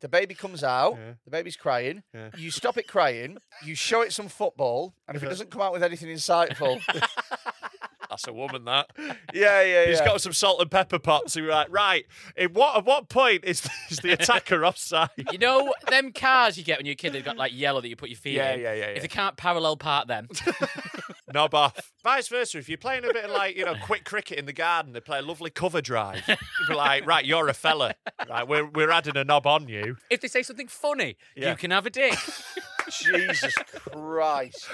The baby comes out. The baby's crying. You stop it crying. You show it some football, and if it doesn't come out with anything insightful, That's a woman, that. yeah, yeah, yeah. He's got some salt and pepper pots. Who right, right. At what at what point is, is the attacker offside? You know them cars you get when you're a kid. They've got like yellow that you put your feet Yeah, in. yeah, yeah, yeah. If they can't parallel park them, Knob off. Vice versa, if you're playing a bit of like you know quick cricket in the garden, they play a lovely cover drive. You'd be like, right, you're a fella. Right, we're we're adding a knob on you. if they say something funny, Yeah. you can have a dick. Jesus Christ.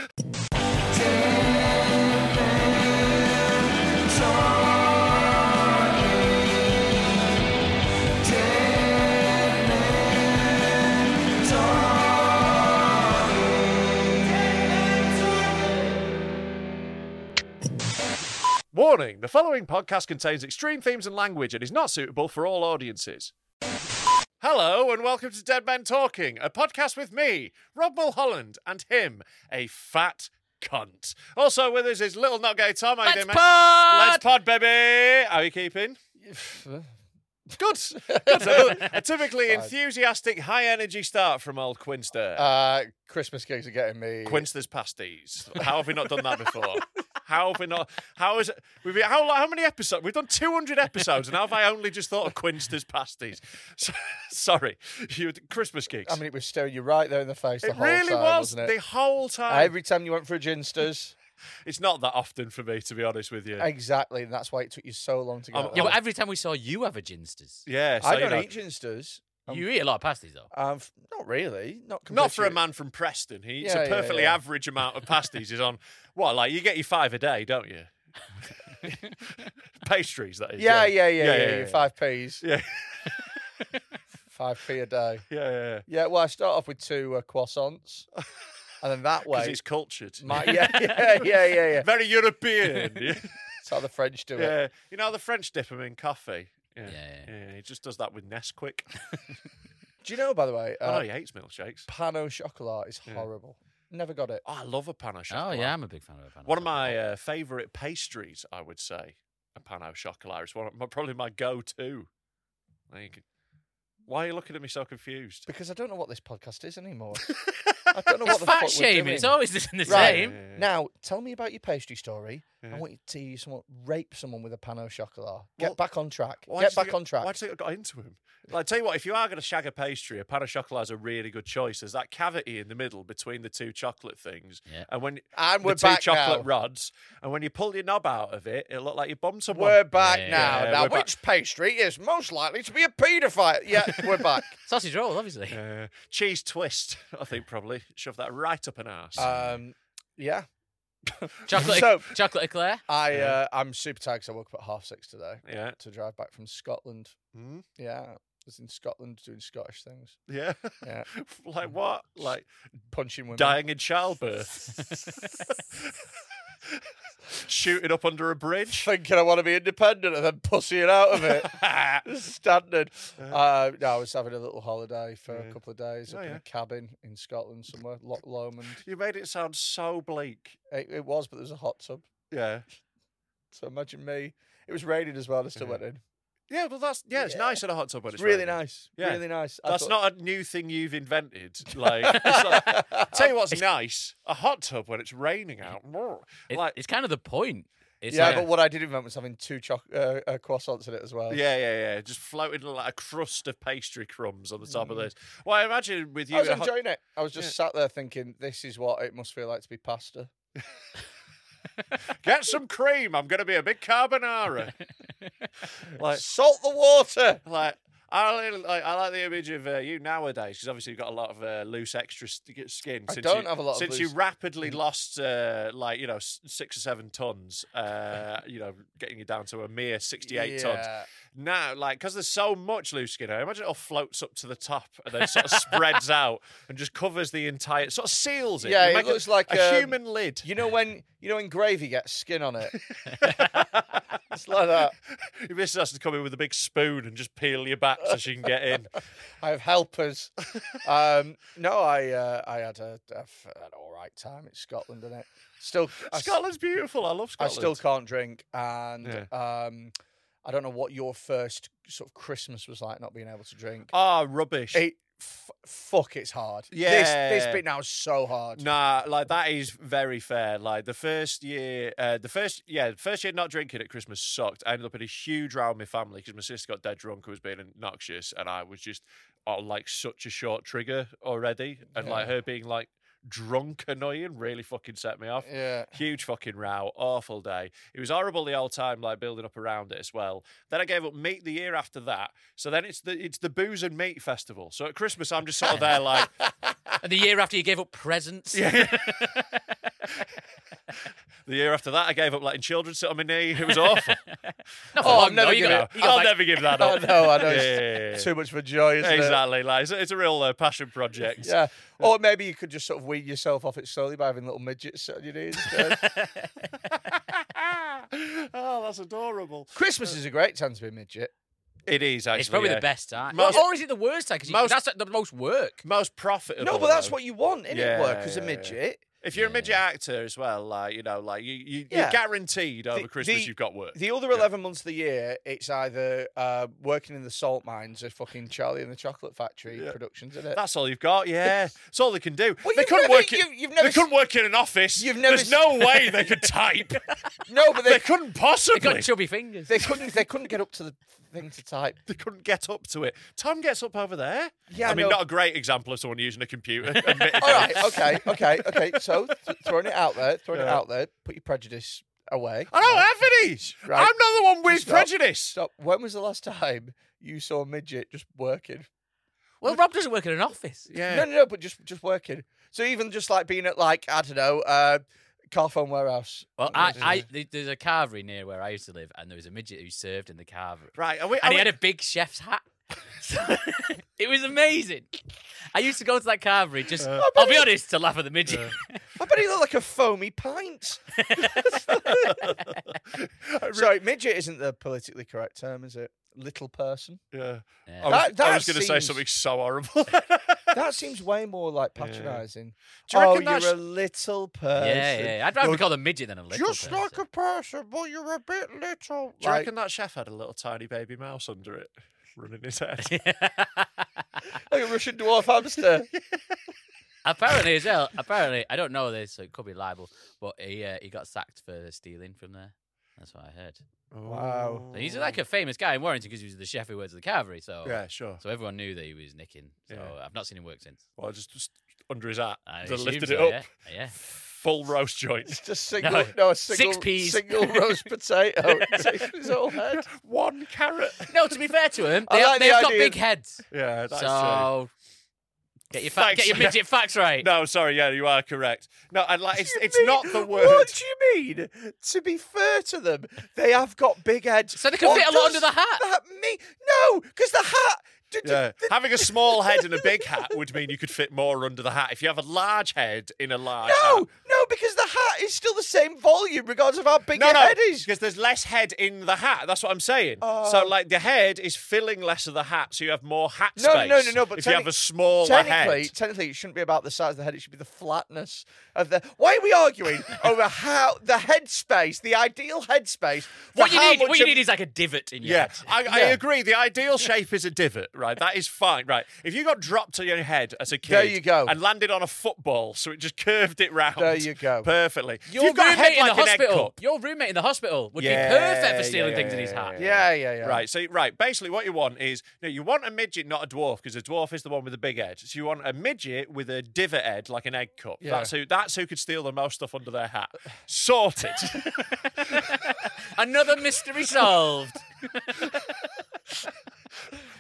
Warning: the following podcast contains extreme themes and language and is not suitable for all audiences. Hello and welcome to Dead Men Talking, a podcast with me, Rob Mulholland, and him, a fat cunt. Also with us is Little Not Gay Tom. How you Let's doing, mate? pod! Let's pod, baby. How are you keeping? Good. Good. A- A typically enthusiastic, high energy start from old Quinster. Uh, Christmas gigs are getting me. Quinster's pasties. How have we not done that before? How have we not? How is it? We've been, how, lo- how many episodes? We've done 200 episodes, and how have I only just thought of Quinster's pasties? So, sorry, you Christmas gigs. I mean, it was staring you right there in the face. the it whole really time, was not it? Uh, the whole time. Every time you went for a ginsters, It's not that often for me, to be honest with you. exactly, and that's why it took you so long to get. I'm- there. yeah, but every time we saw you have a ginsters, yeah, so I you don't know, eat ginsters. I'm- you eat a lot of pasties though. Um, f- not really. Not compared Not for to a man from Preston. He eats Yeah, a yeah, perfectly yeah. average amount of pasties. Is on what? Like you get your five a day, don't you? Pastries, that is. Yeah, yeah, yeah, yeah. yeah, yeah. Five P's, Yeah, five P a day. yeah, yeah. Yeah, well, I start off with two uh, croissants, and then that Because way, it's cultured. my, yeah, yeah, yeah, yeah, yeah. Very European. yeah. That's how the French do it. yeah. You know how the French dip them in coffee. Yeah. Yeah, Uh, yeah. He just does that with Nesquik. Do you know, by the way, I know uh, he hates milkshakes. pan au chocolat is horrible. Never got it. Oh, I love a pan au Oh chocolat. yeah, I'm a big fan of a pan. au One of my chocolat. uh, favourite pastries, I would say, a pan au chocolat. It's one of my, probably my go-to. There you go. Why are you looking at me so confused? Because I don't know what this podcast is anymore. I don't know what That's the fat fuck We're shaming. doing. It's always the the Right. same. Yeah. Now, tell me about your pastry story. Yeah. I want you to see someone rape someone with a pan au chocolat. Well, Get back on track. Why do Get you back think- on track. Why do you think I got into him? Like, I tell you what, if you are going to shag a pastry, a pan au chocolat is a really good choice. There's that cavity in the middle between the two chocolate things, Yeah. and when And we're the two back chocolate now. rods, and when you pull your knob out of it, it'll look like you bombed someone. We're back Yeah, now. yeah, now, we're back. which pastry is most likely to be a paedophile? Yeah, we're back. Sausage roll, obviously. Uh, cheese twist, I think probably shove that right up an ass. Um, yeah, Chocolate, So- chocolate eclair. I uh, I'm super tired 'cause I woke up at half six today yeah. to drive back from Scotland. Mm. Yeah, was in Scotland doing Scottish things, Yeah. Yeah. like what? Like punching women. dying in childbirth. Shooting up under a bridge. Thinking I want to be independent and then pussying out of it. Standard. Uh, no, I was having a little holiday for a couple of days Oh, up in Uh-huh. yeah. a cabin in Scotland somewhere, Loch Lomond. You made it sound so bleak. It, it was, but there was a hot tub. Yeah. So imagine me. It was raining as well. I Uh-huh. still went in. Yeah, well, that's yeah. It's nice in a hot tub when It's, it's, really raining. nice. Yeah. Really nice. I That's thought- not a new thing you've invented. Like, it's like- tell you what's nice: a hot tub when it's raining out. It- Like, it's kind of the point. It's yeah, like, but what I did invent was having two choc- uh, uh, croissants in it as well. yeah, yeah, yeah. Just floating like a crust of pastry crumbs on the top of this. Well, I imagine with you, Mm. I was in a hot- enjoying it. I was just sat there thinking, this is what it must feel like to be pasta. get some cream. I'm going to be a big carbonara. like, Salt the water. like. I li- like, I like the image of uh, you nowadays because obviously you've got a lot of uh, loose extra st- skin. I since don't you, have a lot of since loose- Mm. you rapidly lost uh, like you know s- six or seven tons. Uh, you know, getting you down to a mere sixty-eight tons. Yeah. Now, like, because there's so much loose skin, I imagine it all floats up to the top and then sort of spreads out and just covers the entire, sort of seals it. Yeah, You it make looks a, like, a um, human lid. You know when you know when gravy gets skin on it. it's like that. Your missus has to come in with a big spoon and just peel you back so she can get in. I have helpers. Um, no, I uh, I had a, a f- an all right time in Scotland, and it still I s- Scotland's beautiful. I love I Scotland. still can't drink, and um, I don't know what your first sort of Christmas was like, not being able to drink. Ah, rubbish. It f- fuck, it's hard. this, Yeah. this bit now is so hard. Nah, like that is very fair. Like the first year, uh, the first yeah, the first year not drinking at Christmas sucked. I ended up in a huge row with my family because my sister got dead drunk, who was being obnoxious, and I was just on like such a short trigger already, and like her being like drunk annoying really fucking set me off. Yeah. Huge fucking row, awful day. It was horrible the whole time, like building up around it as well. Then I gave up meat the year after that. So then it's the it's the booze and meat festival. So at Christmas I'm just sort of there like and the year after you gave up presents. The year after that, I gave up letting children sit on my knee. It was awful. Not for Oh, long, I'm never though. You gonna- got- you got I'll like- never give that I up. know, Oh, I know. Yeah, it's yeah, yeah, yeah. Too much of a joy, isn't it? exactly. Like it's, it's a real uh, passion project. Yeah. Or maybe you could just sort of wean yourself off it slowly by having little midgets on your knees. instead. oh, that's adorable. Christmas is a great time to be a midget. It is actually. It's probably yeah. the best time. Most- or is it the worst time? Because Most- that's the most work. most profitable. No, but that's though. what you want, innit? Yeah, work as a yeah, yeah. midget. If you're a midget actor as well, like you know, like you, you Yeah. you're guaranteed over The- Christmas the- you've got work. The other 11 months of the year, it's either uh, working in the salt mines or fucking Charlie and the Chocolate Factory productions, isn't it? that's all you've got, yeah. It's all they can do. uh, Well, they you've couldn't never- work. you- in, you've never they couldn't s- work in an office. You've never s- There's no way they could type. no, but they they, couldn't You possibly. got chubby fingers. they couldn't they couldn't get up to the thing to type. they couldn't get up to it. Tom gets up over there. Yeah, I I mean, know. not a great example of someone using a computer. admittedly. All right, okay, okay, okay. So th- throwing it out there, throwing it Yeah. out there, put your prejudice away. I don't have any. Right. I'm not the one with Stop. prejudice. Stop. When was the last time you saw a midget just working? Well, Rob doesn't work in an office. Yeah. No, no, no, but just just working. So even just like being at like I don't know, uh, car phone warehouse. Well, I, I there- there's a carvery near where I used to live, and there was a midget who served in the carvery. Right. Are we, and are he had we- a big chef's hat. So- it was amazing. I used to go to that carvery just, Uh, I'll be honest, to laugh at the midget. I bet he looked like a foamy pint. Sorry, midget isn't the politically correct term, is it? Little person. yeah. Yeah. I was, That- that going to say seems- something so horrible. That seems way more like patronising. Do you oh, reckon you're that's- a little person. yeah, yeah, yeah. I'd rather call them midget than a little person. person, but you're a bit little. Do you Like- reckon that chef had a little tiny baby mouse under it, running his head? like a Russian dwarf hamster. apparently, as well, apparently, I don't know this, so it could be libel, but he, uh, he got sacked for stealing from there. That's what I heard. Oh. wow. So he's like a famous guy in Warrington because he was the chef who worked at the carvery. So Yeah, sure. So everyone knew that he was nicking. So Yeah. I've not seen him work since. Well, just, just under his hat, I They assume lifted so, it up, Yeah. yeah. full roast joint, It's just single, No, no, a six single, peas. single roast potato. It's his whole head. one carrot. No, to be fair to him, I they, like the they've got idea big of- heads. Yeah, that's true. so get your fa- Facts. get your midget facts right. No, sorry, yeah, you are correct. No, and like it's you it's mean- not the word. What do you mean? To be fair to them, they have got big heads. So they can What fit a lot does under the hat. That mean? No, because the hat Yeah. Having a small head and a big hat would mean you could fit more under the hat. If you have a large head in a large No, hat. no, because the hat is still the same volume, regardless of how big No, your no, head is. Oh. because there's less head in the hat. That's what I'm saying. so, like, the head is filling less of the hat, so you have more hat No, space. no, no, no. But if you have technic- a smaller technically, head, technically, it shouldn't be about the size of the head. It should be the flatness of the. Why are we arguing over how the head space, the ideal head space? for What you how need, much what you of- need is like a divot in your Yeah, head. I, I Yeah. agree. The ideal shape is a divot, right? That is fine, right? If you got dropped on your head as a kid, There you go. and landed on a football, so it just curved it round. There you go. perfectly. If Your you've got a head roommate in the like an egg hospital. cup. Your roommate in the hospital would Yeah, be perfect for yeah, stealing yeah, things in yeah, his hat. Yeah, yeah, yeah. Right, so right, basically what you want is no, you want a midget, not a dwarf, because a dwarf is the one with the big head. So you want a midget with a divot head, like an egg cup. Yeah. That's who. That's who could steal the most stuff under their hat. Sorted. Another mystery solved.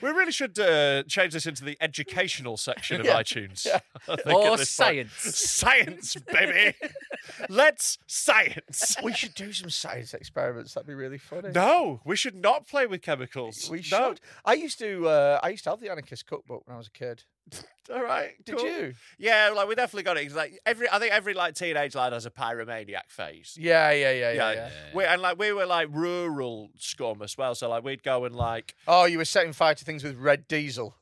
we really should uh, change this into the educational section of iTunes. I think, Or at this point. science. Science, baby. Let's science. We should do some science experiments. That'd be really funny. No, we should not play with chemicals. We should. No. I used to. Uh, I used to have the anarchist cookbook when I was a kid. All right. Did cool. you? Yeah, like we definitely got it. 'cause, like every, I think every like teenage lad has a pyromaniac phase. Yeah, yeah, yeah, yeah. yeah. We, and like we were like rural scum as well. So like we'd go and like, Oh, you were setting fire to things with red diesel.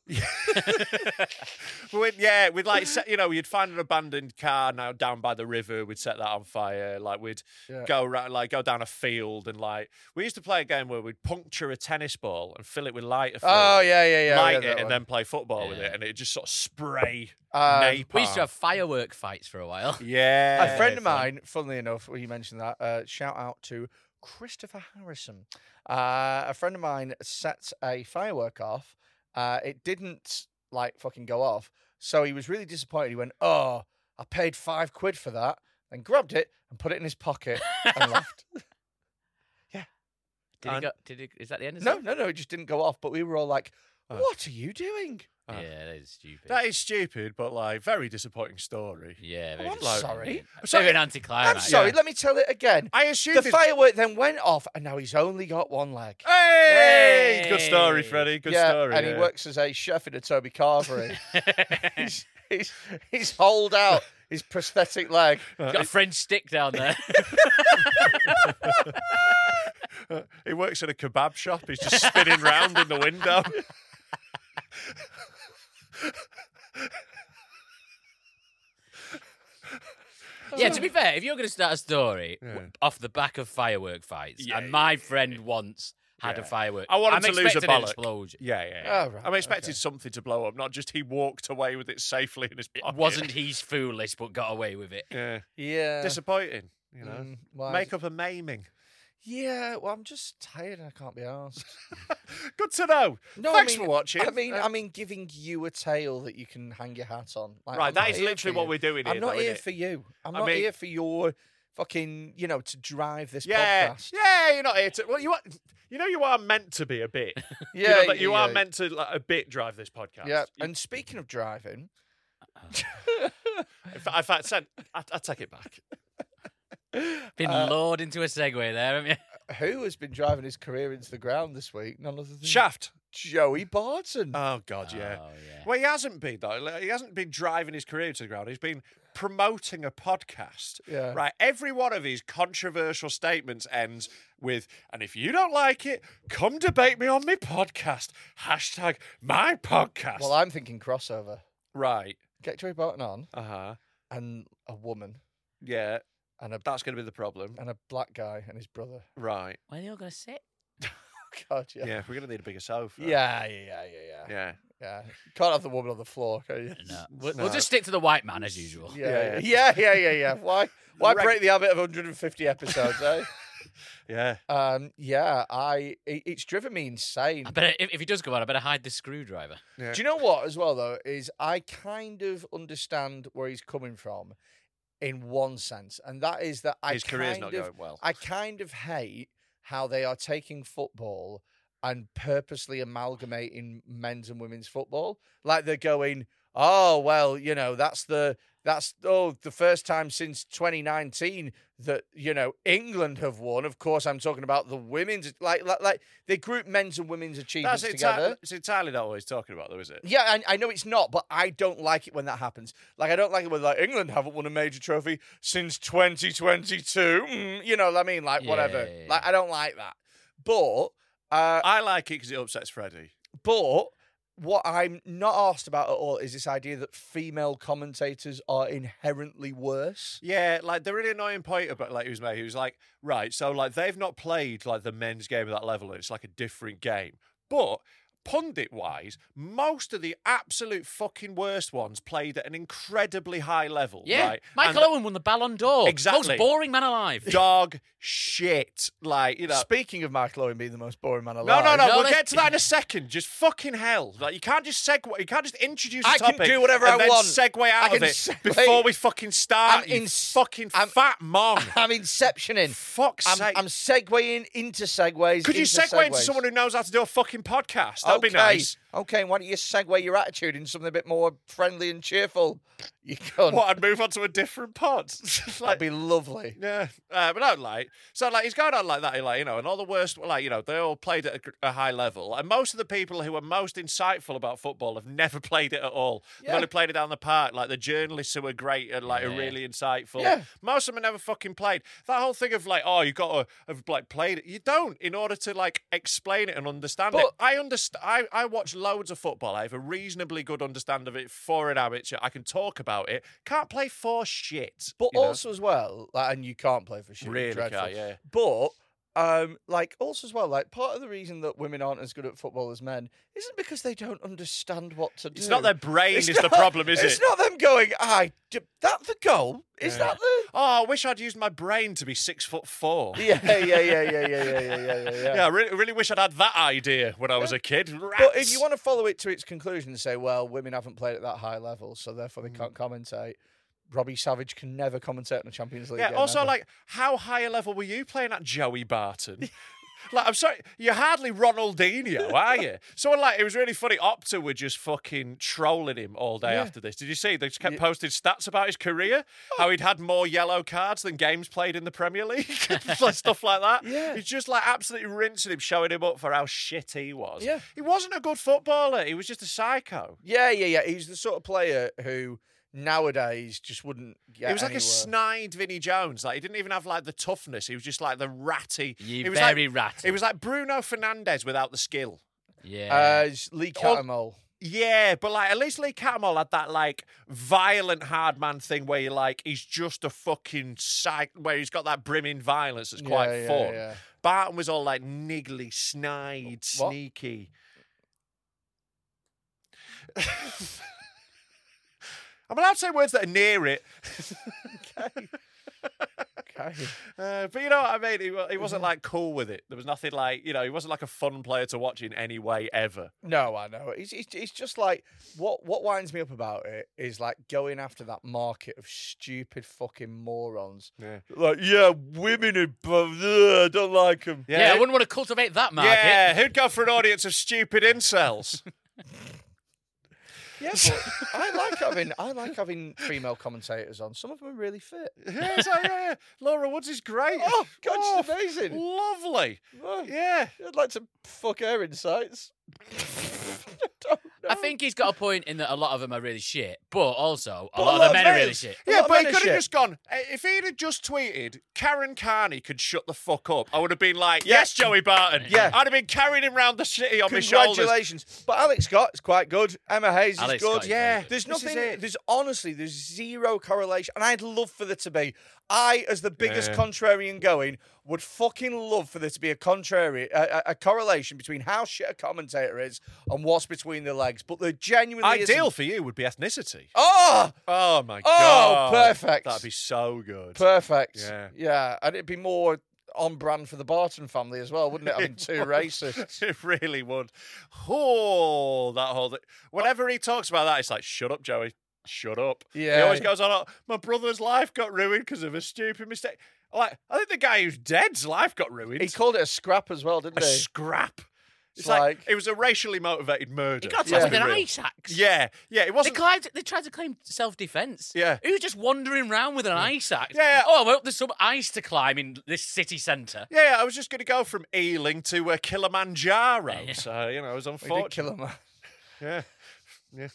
we'd, yeah, we'd like, set, you know, you'd find an abandoned car now down by the river. We'd set that on fire. Like we'd Yeah. go around, like go down a field and like we used to play a game where we'd puncture a tennis ball and fill it with lighter. Oh, fluid. yeah, yeah, yeah. I light read it that and one. then play football with it, and it just sort of spray Um, napalm. We used to have firework fights for a while. yeah, a friend of mine, funnily enough, when you mentioned that, uh, shout out to Christopher Harrison. Uh, a friend of mine set a firework off. Uh, it didn't like fucking go off, so he was really disappointed. He went, "Oh, I paid five quid for that," and grabbed it and put it in his pocket and left. Did it And- go, did it, is that the end of No, it? no, no, it just didn't go off. But we were all like, Oh. "What are you doing?" Oh. Yeah, that is stupid. That is stupid, but like very disappointing story. yeah, very I'm disappointing. sorry. Bit Oh, I'm sorry. of an I'm anticlimax. sorry. yeah. Let me tell it again. I assume The this- firework then went off, and now he's only got one leg. Hey! Hey! good story, Freddie. Oh, Good yeah, story. and he yeah. works as a chef in a Toby Carvery. he's, he's, he's holed out his prosthetic leg. Uh, He's got a French stick down there. He works at a kebab shop. He's just spinning round in the window. yeah, to be fair, if you're going to start a story w- off the back of firework fights, Yeah, and my friend once had a Yeah. firework, I want him I'm to lose a expecting an bollock. explosion. Yeah, yeah. yeah. Oh, right, I'm expecting something to blow up, not just he walked away with it safely in his pocket. It wasn't he's foolish, but got away with it. Yeah. Yeah. Disappointing. You know, Mm, why make is it- up a maiming. yeah, well, I'm just tired and I can't be asked. Good to know. No, Thanks I mean, for watching. I mean, Uh, I mean, giving you a tale that you can hang your hat on. Like, Right, I'm that not is here for literally what you. we're doing I'm here, not though, here innit? for you. I'm I not mean- here for your fucking, you know, to drive this yeah, podcast. yeah, you're not here to. Well, you are. You know, you are meant to be a bit. You Yeah, know that you are yeah. meant to like, a bit drive this podcast. Yeah. You- And speaking of driving, In fact, in fact, send- I, I take it back. Been lured into a segue there, haven't you? who has been driving his career into the ground this week? None other than Shaft. Joey Barton. Oh God, yeah. Oh, yeah. Well, he hasn't been though. Like, He hasn't been driving his career to the ground. He's been promoting a podcast. Yeah. Right. Every one of his controversial statements ends with, "And if you don't like it, come debate me on my podcast." Hashtag my podcast. well, I'm thinking crossover. right. Get Joey Barton on Uh huh. and a woman Yeah. and a That's going to be the problem. and a black guy and his brother. Right. Where are they all going to sit? God, Yeah. yeah. Yeah, we're going to need a bigger sofa. yeah, yeah, yeah, yeah. yeah. Yeah. Can't have the woman on the floor, can you? No. We'll, we'll just stick to the white man as usual. Yeah, yeah, yeah, yeah, yeah. Why why break the habit of 150 episodes, eh? Yeah. Um, yeah, I it, it's driven me insane. I better, if, if he does go on, I better hide the screwdriver. Yeah. Do you know what, as well, though, is I kind of understand where he's coming from in one sense, and that is that I His kind career's not of, going well. I kind of hate how they are taking football and purposely amalgamating men's and women's football. Like they're going, oh, well, you know, that's the That's oh the first time since 2019 that you know England have won. Of course, I'm talking about the women's like like, like they group men's and women's achievements That's enti- together. it's entirely not what he's talking about, though, is it? Yeah, I, I know it's not, but I don't like it when that happens. Like, I don't like it when like England haven't won a major trophy since 2022. Mm, you know what I mean? Like, whatever. Yeah. Like, I don't like that. But, uh, I like it because it upsets Freddie. but what I'm not asked about at all is this idea that female commentators are inherently worse. Yeah, like the really annoying point about like he was made, he was like, right, so like they've not played like the men's game at that level, and it's like a different game. But pundit wise, most of the absolute fucking worst ones played at an incredibly high level. Yeah, right? Michael And Owen won the Ballon d'Or. Exactly. Most boring man alive. dog shit. Like you know. Speaking of Michael Owen being the most boring man no, alive. no, no, No, We'll they- get to that in a second. Just fucking hell! Like you can't just segue. You can't just introduce. a I can topic do whatever and I then want. Segue out I of can it segue. before we fucking start. I'm you in- fucking I'm- fat mom. I'm inceptioning. Fuck's I'm, sake. I'm segueing into segues. Could you into segue into segues. someone who knows how to do a fucking podcast? That'd be nice. Okay, why don't you segue your attitude into something a bit more friendly and cheerful? You can. What? I'd move on to a different pod. like, That'd be lovely. yeah, uh, but I don't like. So like, he's going on like that, like you know, and all the worst, like you know, they all played at a, gr- a high level, and most of the people who are most insightful about football have never played it at all. They've Yeah. only played it down the park. Like the journalists who are great and like are Yeah. really insightful. Yeah. Most of them have never fucking played. That whole thing of like, oh, you got to have like played it. You don't in order to like explain it and understand it. But- I understand. I, I watch loads of football. I have a reasonably good understanding of it for an amateur. I can talk about it. Can't play for shit. But you know? also as well, like, and you can't play for shit. it's Really can't, dreadful. yeah. But um, like also as well, like part of the reason that women aren't as good at football as men isn't because they don't understand what to do. It's not their brain It's is the not- problem, is it's it? not them going, I d- that the goal? Is Yeah. that the Oh, I wish I'd used my brain to be six foot four. yeah, yeah, yeah, yeah, yeah, yeah, yeah, yeah, yeah, yeah. Yeah, I really, really wish I'd had that idea when I was a kid. But if Rats. you want to follow it to its conclusion and say, well, women haven't played at that high level, so therefore Hmm. they can't commentate. Robbie Savage can never commentate on a Champions League. yeah. game, Also, ever. like, how high a level were you playing at, Joey Barton? Like, I'm sorry, you're hardly Ronaldinho, are you? So, like, it was really funny. Opta were just fucking trolling him all day Yeah. after this. Did you see? They just kept posting stats about his career, how he'd had more yellow cards than games played in the Premier League, like, stuff like that. Yeah. It's just like absolutely rinsing him, showing him up for how shit he was. Yeah. He wasn't a good footballer. He was just a psycho. yeah, yeah, yeah. He's the sort of player who nowadays just wouldn't get It was like a anywhere. snide Vinnie Jones. Like he didn't even have like the toughness. He was just like the ratty. You he was very like, ratty. It was like Bruno Fernandez without the skill. Yeah. Uh, it's Lee Or- Catamol. Yeah, but like at least Lee Catamol had that like violent hard man thing where you like he's just a fucking psych where he's got that brimming violence that's quite Yeah, yeah, fun. yeah. Barton was all like niggly, snide, What? sneaky. I'm allowed to say words that are near it. Okay. Uh, but you know what I mean? He, wa- he wasn't like cool with it. There was nothing like, you know, he wasn't like a fun player to watch in any way ever. No, I know. It's, it's, it's just like what what winds me up about it is like going after that market of stupid fucking morons. Yeah. Like, yeah, women are blah, blah, I don't like them. yeah. I wouldn't want to cultivate that market. yeah, who'd go for an audience of stupid incels? Yeah, but I like having I like having female commentators on. Some of them are really fit. yeah, it's like, yeah, yeah, Laura Woods is great. Oh, God, she's Oh, amazing. Lovely. Oh, Yeah. I'd like to fuck her insights. I don't know. I think he's got a point in that a lot of them are really shit, but also a But lot of the men are really is- shit. a Yeah, lot of but he men are could have shit. just gone. "Eh, If he'd have just tweeted, Karen Carney could shut the fuck up, I would have been like, Yeah. yes, Joey Barton. Yeah. I'd have been carrying him round the city on my shoulders. Congratulations. But Alex Scott is quite good. Emma Hayes is Alex good. Scott is very Yeah. good. There's This is nothing. it. There's honestly, there's zero correlation, and I'd love for there to be. I, as the biggest Yeah. contrarian going, would fucking love for there to be a contrary, a, a, a correlation between how shit a commentator is and what's between their legs. But there genuinely Ideal isn't. for you would be ethnicity. Oh, Oh my Oh, god! perfect. That'd be so good. perfect. Yeah. and it'd be more on brand for the Barton family as well, wouldn't it? Having two racists. it really would. Oh, that whole thing. Whenever he talks about that, it's like, shut up, Joey. Shut up. He Yeah. always goes on. "Oh, My brother's life got ruined because of a stupid mistake. Like, I think the guy who's dead's life got ruined. He called it a scrap as well, didn't a he? scrap. It's It's like, like- it was a racially motivated murder. He got Yeah. touched with Let's an be real. ice axe. Yeah, yeah, it They, wasn't. climbed, they tried to claim self defense. Yeah. He was just wandering around with an ice axe. Yeah. Oh, well, there's some ice to climb in this city centre. yeah, I was just going to go from Ealing to uh, Kilimanjaro. So you know, it was We did unfortunate. kill him. yeah,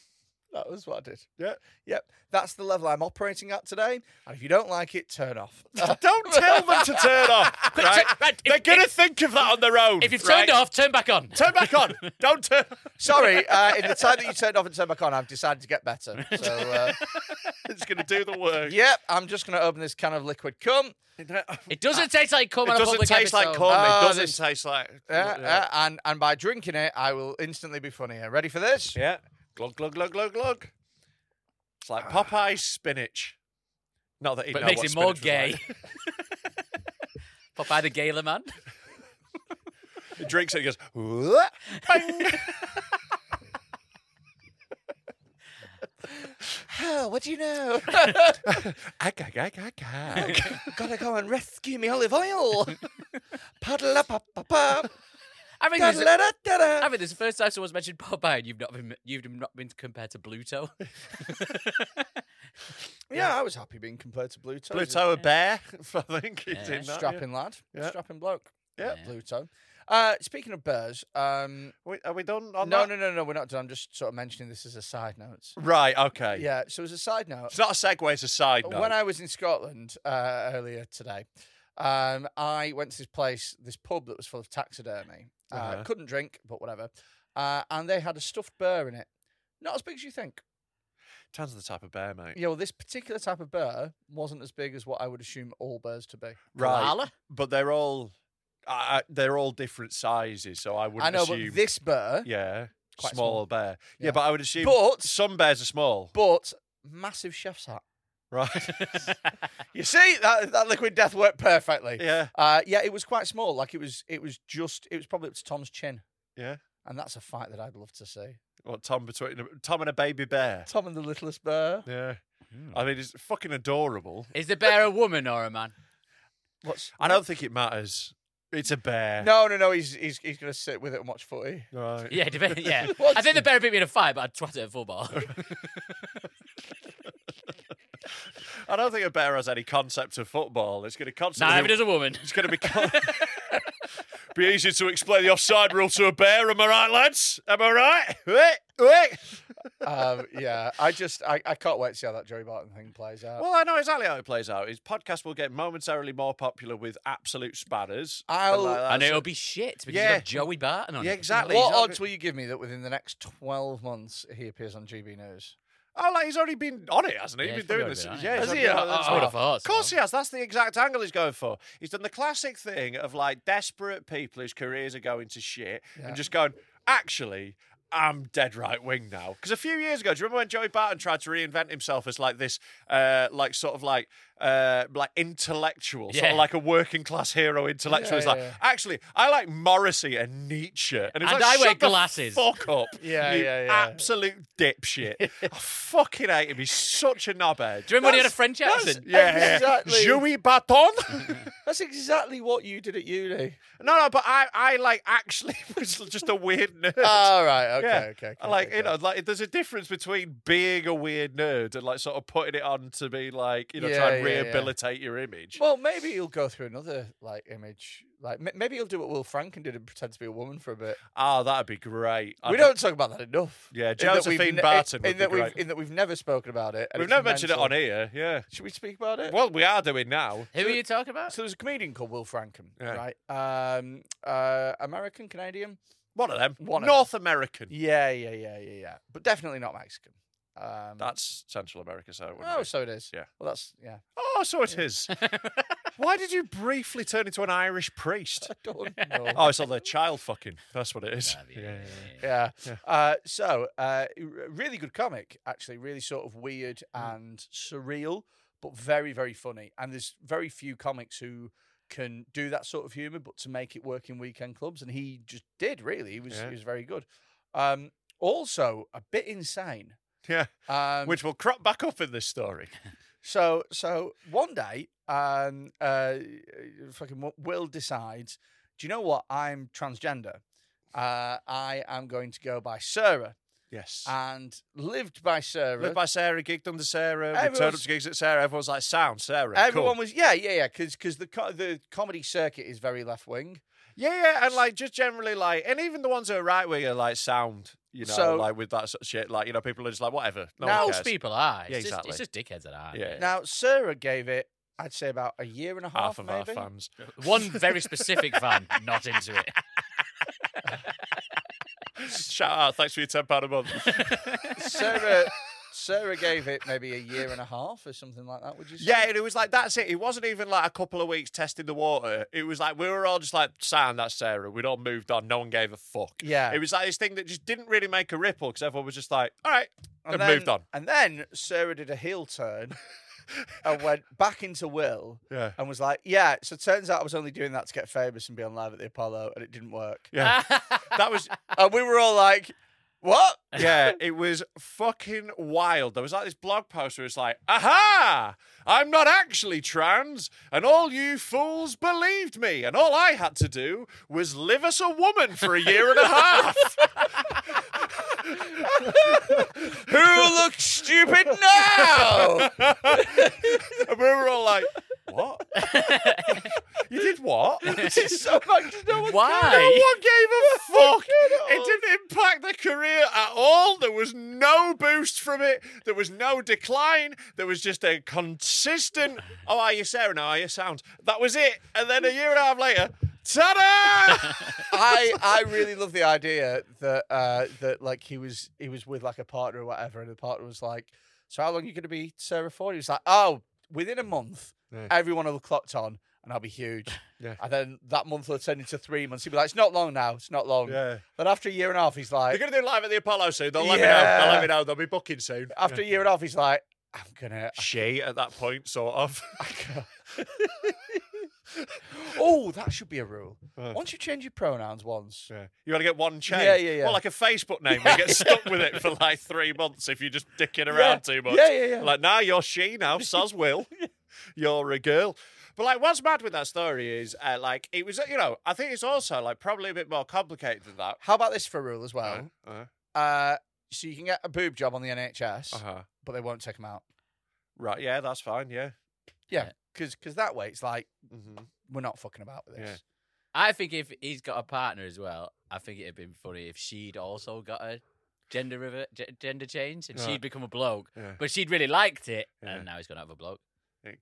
That was what I did. yeah. Yep, that's the level I'm operating at today. And if you don't like it, turn off. Don't tell them to turn off. Quick, Right? turn- right, if- They're going to if- think of that on their own. If you've right? turned off, turn back on. turn back on. Don't turn. Sorry, uh, in the time that you turned off and turned back on, I've decided to get better. So, uh, it's going to do the work. yep, I'm just going to open this can of liquid cum. uh, It doesn't taste like cum Ah. It on a doesn't public taste like episode. corn. Oh, it doesn't this- taste like. Uh, uh, and, and by drinking it, I will instantly be funnier. Ready for this? yeah. Glug glug glug glug glug. It's like Popeye's spinach. Not that he But it makes what him more spinach was gay. Popeye the Gaylor man. Like. he drinks it. He goes. "Whoa." Oh, what do you know? Ag, ag, ag, ag, ag. Gotta go and rescue me olive oil. Paddle up, up, up, up. I think, this, Da-da-da-da-da. I think this is the first time someone's mentioned Popeye and you've not been you've not been compared to Bluto. Yeah, I was happy being compared to Blue Toe. Pluto a bear. I think he's in that. Strapping lad. Yeah. Strapping bloke. Yeah. Blue Toe. Uh, speaking of bears, um, Wait, are we done? no, On no, that? no, no, we're not done. I'm just sort of mentioning this as a side note. Right. Okay. Yeah, so as a side note, It's not a segue. It's a side note. When I was in Scotland uh, earlier today, um, I went to this place, this pub that was full of taxidermy. Uh, Uh-huh. Couldn't drink, but whatever. Uh, and they had a stuffed bear in it. Not as big as you think. Tan's the type of bear, mate. You know, this particular type of bear wasn't as big as what I would assume all bears to be. Right. Koala? But they're all. I I- they're all different sizes, so I wouldn't I know, assume. but this bear, yeah, Quite small, small. bear. Yeah. Yeah. but I would assume. But- some bears are small, but massive chef's hat. right? You see that that liquid death worked perfectly. Yeah. Uh, yeah, it was quite small. Like it was, it was just, it was probably up to Tom's chin, yeah. and that's a fight that I'd love to see. What Tom between Tom and a baby bear? Tom and the littlest bear. Yeah. I mean, it's fucking adorable. Is the bear a woman or a man? What's I don't think it matters. It's a bear. No, no, no. He's he's he's gonna sit with it and watch footy. Right. Yeah, depend- yeah. What's- I think the bear beat me in a fight, but I'd twat it at football. I don't think a bear has any concept of football. It's going to constantly. Neither does a woman. It's going to be con- be easy to explain the offside rule to a bear. Am I right, lads? Am I right? Wait, wait. Um, yeah, I just I, I can't wait to see how that Joey Barton thing plays out. Well, I know exactly how it plays out. His podcast will get momentarily more popular with absolute spanners. and I'll- that. And So- it'll be shit because Yeah. you've got Joey Barton on Yeah, it. exactly. what He's not- odds will you give me that within the next twelve months he appears on GB News? Oh, like he's already been on it, hasn't he? Yeah, he's he's been doing probably this. already been Yeah, on he's it. Has already he? been on it. I- I That's would've what- thought Of course so. he has. That's the exact angle he's going for. He's done the classic thing of like desperate people whose careers are going to shit and just going, actually. I'm dead right wing now because a few years ago, do you remember when Joey Barton tried to reinvent himself as like this, uh, like sort of like, uh, like intellectual, sort Yeah. of like a working class hero intellectual? Yeah, He's yeah, like, yeah. actually, I like Morrissey and Nietzsche, and, he's And like, I wear "Shut the glasses." Fuck up, Yeah, you yeah, yeah. absolute dipshit. I fucking hate him. He's such a knobhead. Do you remember when he had a That's- French that's- accent? Yeah, Exactly. Joey Baton. That's exactly what you did at uni. no, no, but I, I like actually was just a weird nerd. All right, Oh, okay, Yeah. okay, okay. like okay. you know, like there's a difference between being a weird nerd and like sort of putting it on to be like you know Yeah, try and yeah, yeah. rehabilitate your image. Well, maybe he'll go through another like image. Like m- maybe he'll do what Will Franken did and pretend to be a woman for a bit. Ah, that'd be great. I we bet- don't talk about that enough. Yeah, In that we've Josephine ne- In, Barton would in be that we've great. in that we've never spoken about it. and We've it's never mentioned it mental. on here. Yeah. Should we speak about it? Well, we are doing now. Who are you talking about? So there's a comedian called Will Franken, Yeah. right? Um, uh, American, Canadian. One of them. One of North American. Yeah, yeah, yeah, yeah, yeah. But definitely not Mexican. Um, That's Central America, so it wouldn't oh, be. so it is. Yeah. Well, that's yeah. Oh, so it is. Why did you briefly turn into an Irish priest? Don't know. Oh, it's all the child fucking. That's what it is. yeah. Uh, so uh, r- really good comic, actually. Really sort of weird Mm. and surreal, but very, very funny. And there's very few comics who can do that sort of humor, but to make it work in weekend clubs, and he just did. Really, he was Yeah. he was very good. Um, also, a bit insane. Yeah. Um, Which will crop back up in this story. So so one day, um, uh, fucking Wi- Will decides. Do you know what? I'm transgender, uh, I am going to go by Sarah. Yes. And lived by Sarah. Lived by Sarah, gigged under Sarah, we turned up Everyone's- to gigs at Sarah. Everyone's like, sound, Sarah. Everyone cool. was yeah yeah yeah because the co- the comedy circuit is very left wing. Yeah, yeah. And like, just generally, like, and even the ones that are right wing are like, sound, you know, So- like with that sort of shit. Like, you know, people are just like, whatever. No Now one Most cares. people are. It's, Yeah, just, exactly. it's just dickheads that are. Yeah. Now Sarah gave it I'd say about a year and a half, half of maybe. our fans. One very specific fan not into it. Shout out, thanks for your £10 a month. Sarah Sarah gave it maybe a year and a half or something like that. Would you? Say? Yeah, and it was like that's it. It wasn't even like a couple of weeks testing the water. It was like we were all just like, "Sam, that's Sarah." We'd all moved on. No one gave a fuck. Yeah. it was like this thing that just didn't really make a ripple because everyone was just like, "All right," and, then, moved on. And then Sarah did a heel turn and went back into Will Yeah. and was like, "Yeah." So it turns out I was only doing that to get famous and be on live at the Apollo, and it didn't work. Yeah, that was. And we were all like, "What?" Yeah, it was fucking wild. There was like this blog post where it's like, "Aha! I'm not actually trans, and all you fools believed me, and all I had to do was live as a woman for a year and a half." Who looks stupid now? and we were all like, "What? you did what?" so much. No one No Why? one gave a fuck. It didn't impact the career at all. There was no boost from it. There was no decline. There was just a consistent, oh, are you Sarah now? Are you sound? That was it. And then a year and a half later, ta da! I I really love the idea that uh that like he was he was with like a partner or whatever, and the partner was like, "So how long are you going to be Sarah for?" He was like, "Oh, within a month, everyone will have clocked on." And I'll be huge. Yeah. And then that month will turn into three months. He'll be like, it's not long now. It's not long. Yeah. Then after a year and a half, he's like, They're going to do live at the Apollo soon. They'll let me know. They'll Yeah. let me know. They'll be booking soon. after a year and a half, he's like, I'm going to. She at that point, sort of. Oh, that should be a rule. Once you change your pronouns once, Uh. Yeah. You want to get one change. Yeah, yeah, yeah. Well, like a Facebook name, you get stuck with it for like three months if you're just dicking around too much. Yeah, yeah, yeah. Like now you're she now, so's Will. You're a girl. But like, what's mad with that story is uh, like it was, uh, you know, I think it's also like probably a bit more complicated than that. how about this for a rule as well? Uh, Uh, so you can get a boob job on the NHS, huh. but they won't take them out. Uh-huh. Right. Yeah, that's fine. Yeah. Yeah, because that way it's like Mm-hmm. we're not fucking about with this. I think if he's got a partner as well, I think it'd been funny if she'd also got a gender river, g- gender change and Right. she'd become a bloke, Yeah. but she'd really liked it, Yeah. and now he's gonna have a bloke.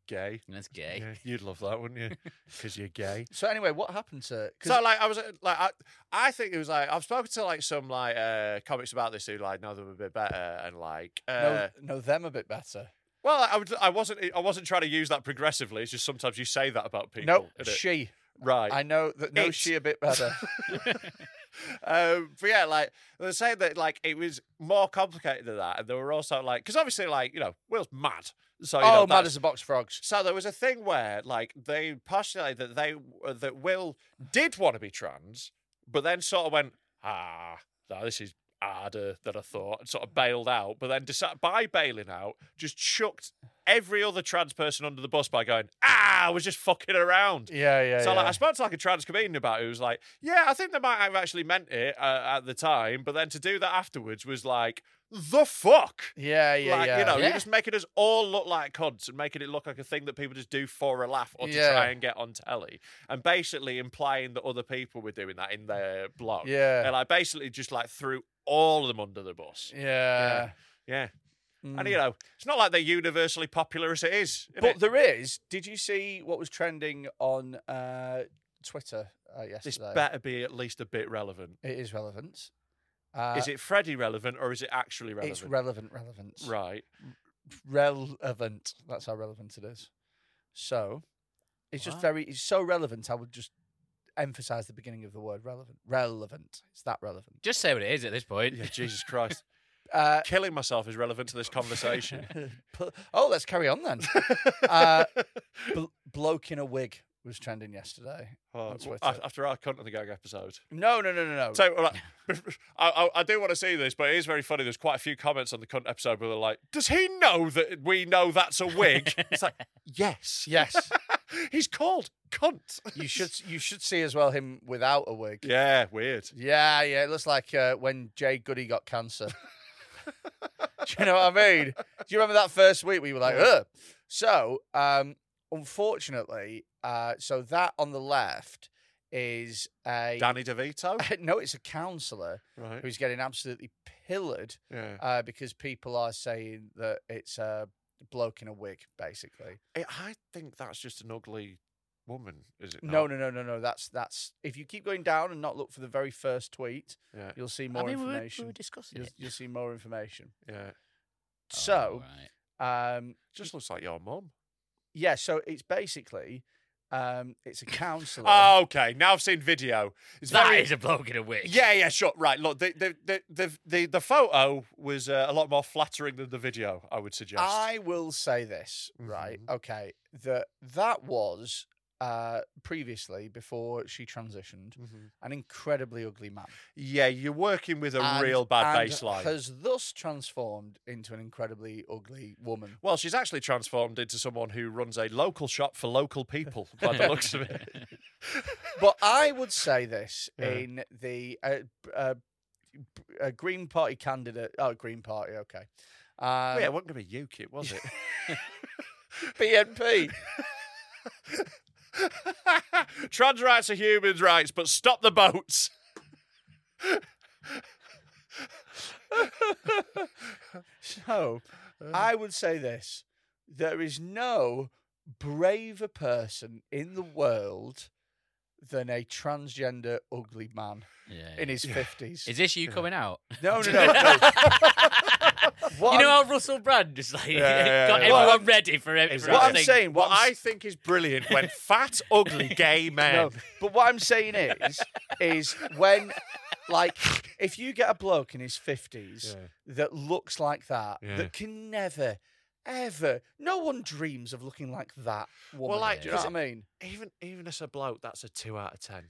Gay. And that's gay. Yeah, you'd love that, wouldn't you? Because you're gay. So anyway, what happened to? So like I was uh, like I, I think it was like I've spoken to like some like uh comics about this who like know them a bit better and like uh know, know them a bit better. well I, would, I wasn't I wasn't trying to use that progressively it's just sometimes you say that about people No, innit? she. right I know that knows It. she a bit better. Oh, um, but yeah, like they say that like it was more complicated than that, and there were also like because obviously like you know Will's mad, so you know, oh, mad that's- as a box of frogs. So there was a thing where, like, they postulated that they uh, that Will Mm. did want to be trans, but then sort of went, ah, no, this is harder than I thought, and sort of bailed out. But then decided by bailing out, just chucked every other trans person under the bus by going, ah, I was just fucking around. Yeah, yeah. So like, I spoke to like a trans comedian about it. Who was like, "Yeah, I think they might have actually meant it uh, at the time, but then to do that afterwards was like, the fuck." yeah, yeah, like, yeah. You know, Yeah. you're just making us all look like cunts and making it look like a thing that people just do for a laugh or to Yeah. try and get on telly. And basically implying that other people were doing that in their blog. Yeah. And I basically just like threw all of them under the bus. yeah. Mm. Yeah. And you know, it's not like they're universally popular as it is. innit? But there is. Did you see what was trending on uh, Twitter uh, this yesterday? better be at least a bit relevant. it is relevant. Uh, is it Freddy relevant or is it actually relevant? It's relevant. Relevance. right. relevant. That's how relevant it is. So it's just Wow. very, it's so relevant. I would just emphasize the beginning of the word relevant. Relevant. It's that relevant. Just say what it is at this point. Yeah, Jesus Christ. Uh, Killing myself is relevant to this conversation. pl- oh, let's carry on then. uh, bl- bloke in a wig was trending yesterday Oh, on Twitter. af- after our cunt of the gang episode. no, no, no, no, no. So, like, I, I, I do want to see this, but it is very funny. There's quite a few comments on the cunt episode where they're like, "Does he know that we know that's a wig?" it's like, yes, yes. He's called cunt. You should you should see as well him without a wig. Yeah, weird. Yeah, yeah. It looks like uh, when Jay Goody got cancer. Do you know what I mean? Do you remember that first week we were like, Ugh. so um, unfortunately, uh, so that on the left is a Danny DeVito. no, it's a counsellor Right. who's getting absolutely pillared Yeah. uh, because people are saying that it's a bloke in a wig, basically. I- I think that's just an ugly woman, is it? No, not? no, no, no, no. That's that's if you keep going down and not look for the very first tweet, Yeah. you'll see more I mean, we were- information. We were discussing you'll, it. you'll see more information. Yeah. so, right. um, Just looks like your mum. yeah, so it's basically um, it's a counselor. Oh, okay. Now I've seen video. It's that very- is a bloke in a wig. Yeah, yeah, sure. Right. Look, the the the the, the, the photo was uh, a lot more flattering than the video. I would suggest. I will say this, right? Mhm. Okay, that that was uh, previously before she transitioned Mhm. an incredibly ugly man, Yeah, you're working with a And- real bad and baseline. Has thus transformed into an incredibly ugly woman. Well, she's actually transformed into someone who runs a local shop for local people, by the looks of it. but I would say this Yeah. in the uh, b- uh, b- uh, Green Party candidate. Oh, Green Party. Okay. Um, Oh, yeah, it wasn't going to be UKIP, was it? BNP. Trans rights are human rights, but stop the boats. So Uh. I would say this: there is no braver person in the world than a transgender ugly man Yeah. in his fifties. Is this you coming out? No, no, no. no. What you know I'm- how Russell Brand just like yeah, got yeah. everyone Well, I'm- ready for everything. Exactly. What I'm saying, what what I'm I think is brilliant when fat, ugly, gay men. No, but what I'm saying is, is when, like, if you get a bloke in his fifties that looks like that, Yeah. that can never, ever, no one dreams of looking like that. Woman. like, do you know is what I mean? Even even as a bloke, that's a two out of ten.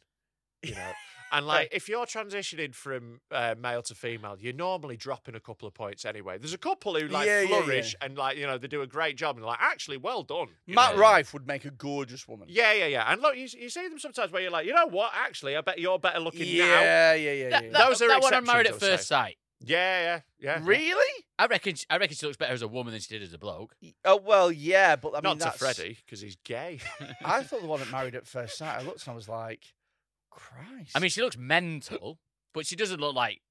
You know, and like if you're transitioning from uh, male to female, you're normally dropping a couple of points anyway. There's a couple who like Yeah, yeah, yeah. flourish and like you know they do a great job and they're like actually well done. you Matt know? Rife would make a gorgeous woman. Yeah, yeah, yeah. And look, you, you see them sometimes where you're like, you know what? Actually, I bet you're better looking now. yeah, yeah, yeah, yeah, yeah. that, Those are that one I'm married at exceptions, I'll first say. sight. Yeah, yeah, yeah. really? I reckon. I reckon she looks better as a woman than she did as a bloke. Oh well, yeah, but I mean, Not to that's, Freddie because he's gay. I thought the one that married at first sight. I looked and I was like, Christ. I mean, she looks mental, but she doesn't look like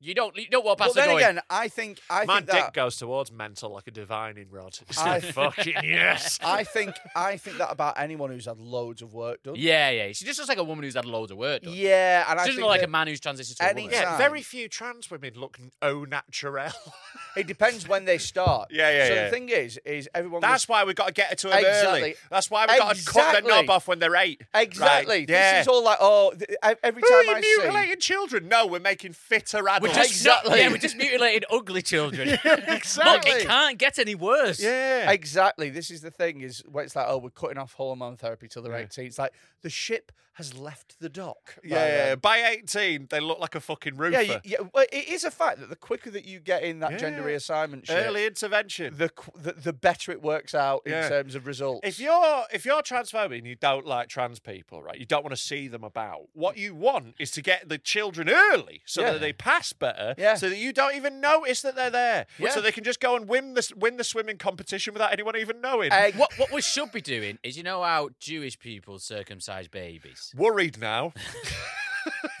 you don't. You don't walk but past then her going. again, I think I My think dick that goes towards mental like a divining rod. It's I- like, fucking yes. I think I think that about anyone who's had loads of work done. yeah, yeah. She just looks like a woman who's had loads of work done. She Yeah, and I doesn't think look like a that man who's transitioned to a any woman. yeah, time- very few trans women look n- au naturel. it depends when they start. Yeah, yeah, So yeah. the thing is, is everyone goes- That's why we've got to get her to them early. Exactly. That's why we've got to cut the Exactly. knob off when they're eight. Right, exactly. Yeah. This is all like oh, th- I- every Who are time you I mutilating children? No, we're making fitter We're adults. just Exactly. yeah, we're just mutilating ugly children. Look, exactly. it can't get any worse. yeah. see. Exactly. This is the thing is when it's like, oh, we're cutting off hormone therapy till they're 18. It's like the ship has left the dock. by yeah. then. By 18, they look like a fucking roofer. Yeah, you, yeah. Well, it is a fact that the quicker that you get in that gender Yeah. reassignment shit, Early intervention. the, qu- the the better it works out Yeah. in terms of results. If you're if you're transphobic and you don't like trans people, right? You don't want to see them about. What you want is to get the children early so Yeah. that they pass better, Yeah. so that you don't even notice that they're there, Yeah. so they can just go and win the win the swimming competition without anyone even knowing. Egg- What what we should be doing is you know how Jewish people circumcise babies Worried now.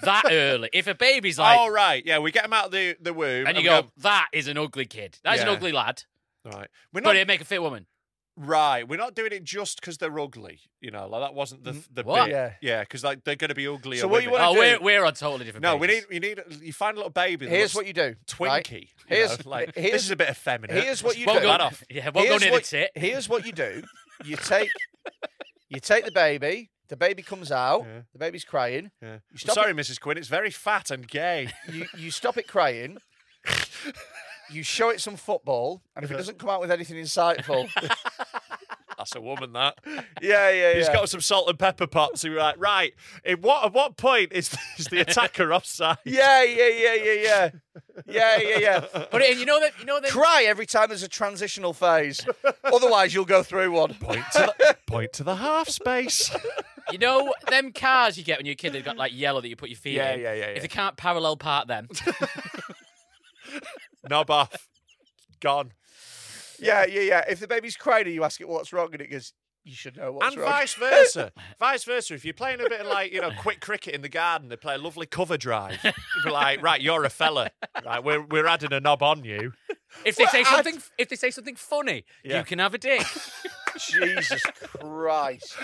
that early. If a baby's like, oh right, yeah, we get them out of the the womb, and you we go, that is an ugly kid. That's Yeah. an ugly lad. right, we're But not it make a fit woman. right, we're not doing it just because they're ugly. You know, like that wasn't the the Mm-hmm. What? bit. Yeah. yeah, because like they're going to be ugly. So what you wanna Oh, do- we're we're on totally different. No, we need pages. you need you find a little baby. that Here's what looks you do. right? Twinkie. you Here's- know, like here's- this is a bit effeminate. Here's what you Won't do. go- That off. yeah, won't go here's near the what, tit. Here's what you do. You take you take the baby. The baby comes out. Yeah. The baby's crying. Yeah. You stop Sorry, Mrs. Quinn. It's very fat and gay. You you stop it crying. You show it some football, and if it doesn't come out with anything insightful, That's a woman. That yeah, yeah, he's got some salt and pepper pots. And we're like, right. At what at what point is, is the attacker offside? yeah, yeah, yeah, yeah, yeah, Yeah, yeah, yeah. Put it in. You know that. You know that. Cry every time there's a transitional phase. Otherwise, you'll go through one. Point to the, point to the half space. You know them cars you get when you're a kid. They've got like yellow that you put your feet Yeah, in. yeah, yeah, If yeah. they can't parallel park them, Knob off. Gone. Yeah, yeah, yeah. If the baby's crying and you ask it what's wrong, and it goes, "You should know what's and wrong." vice versa. vice versa. If you're playing a bit of like, you know, quick cricket in the garden, they play a lovely cover drive. You'd be like, right, you're a fella. Right, we're, we're adding a knob on you. if they say something, if they say something funny, Yeah. you can have a dick. Jesus Christ.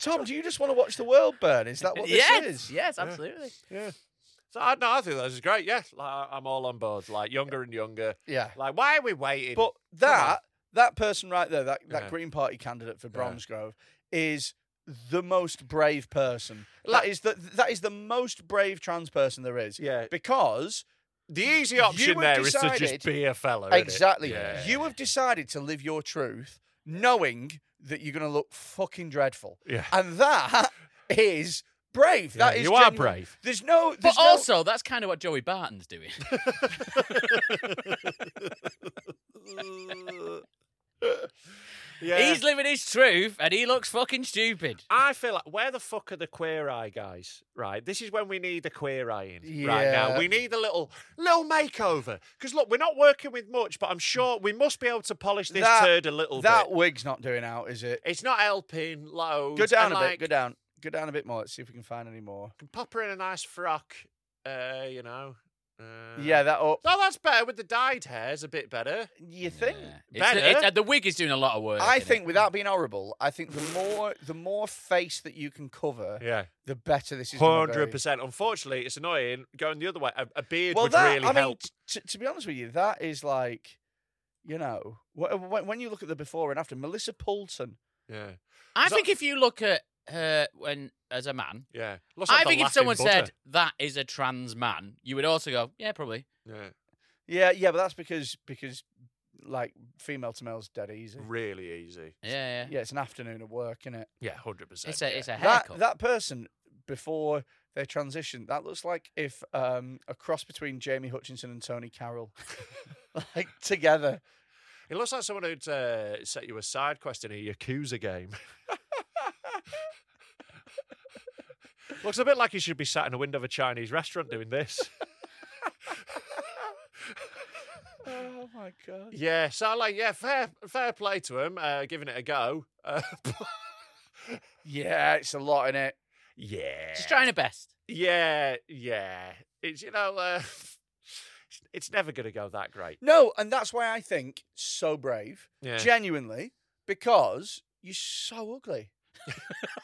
Tom, do you just want to watch the world burn? Is that what this yes, is? yes, absolutely. So I, no, I think that's great. Yeah, like, I'm all on board. Like younger and younger. Yeah. Like, why are we waiting? But that that person right there, that, that Yeah. Green Party candidate for Bromsgrove, is the most brave person. That is the that is the most brave trans person there is. Yeah. Because the easy option have there is to decided- just be a fella. innit? Exactly. Yeah. You have decided to live your truth knowing that you're going to look fucking dreadful. Yeah. And that is brave. that Yeah, is you are genu- brave. There's no But there's no- also, that's kind of what Joey Barton's doing. yeah. He's living his truth, and he looks fucking stupid. I feel like where the fuck are the queer eye guys? Right, this is when we need a queer eye in. Right now, Yeah. we need a little little makeover because look, we're not working with much, but I'm sure we must be able to polish this that, turd a little That bit. wig's not doing out, is it? It's not helping. Loads. Go down and, a like, bit. Go down. Go down a bit more. Let's see if we can find any more. Can pop her in a nice frock. Uh, you know. Uh, yeah, that up. No, that's better with the dyed hair's a bit better. You think? It's the, Better. it's- uh, the wig is doing a lot of work. I isn't think it? without being horrible, I think the more the more face that you can cover, Yeah. the better this is. gonna be. Hundred percent. Unfortunately, it's annoying going the other way. A, a beard Well, would that really I mean, help. t- t- to be honest with you, that is like, you know, uh, when, when you look at the before and after, Melissa Poulton. Yeah, I So- think if you look at her when as a man, yeah. Looks like I the think if laughing someone Buddha. said that is a trans man, you would also go, yeah, probably. yeah. Yeah, yeah, but that's because because like female to male's dead easy. really easy. Yeah, yeah. Yeah, it's an afternoon of work, isn't it? Yeah, hundred percent. It's a it's a That haircut. that person before they transition, that looks like if um, a cross between Jamie Hutchinson and Tony Carroll, like together. It looks like someone who'd uh, set you a side quest in a Yakuza game. looks a bit like you should be sat in a window of a Chinese restaurant doing this. Oh my god! yeah, so like, yeah, fair, fair play to him, uh, giving it a go. Uh, Yeah, it's a lot in it. yeah, Just trying her best. Yeah, yeah. It's you know, uh, it's, it's never going to go that great. No, and that's why I think so brave, Yeah. genuinely, because you're so ugly.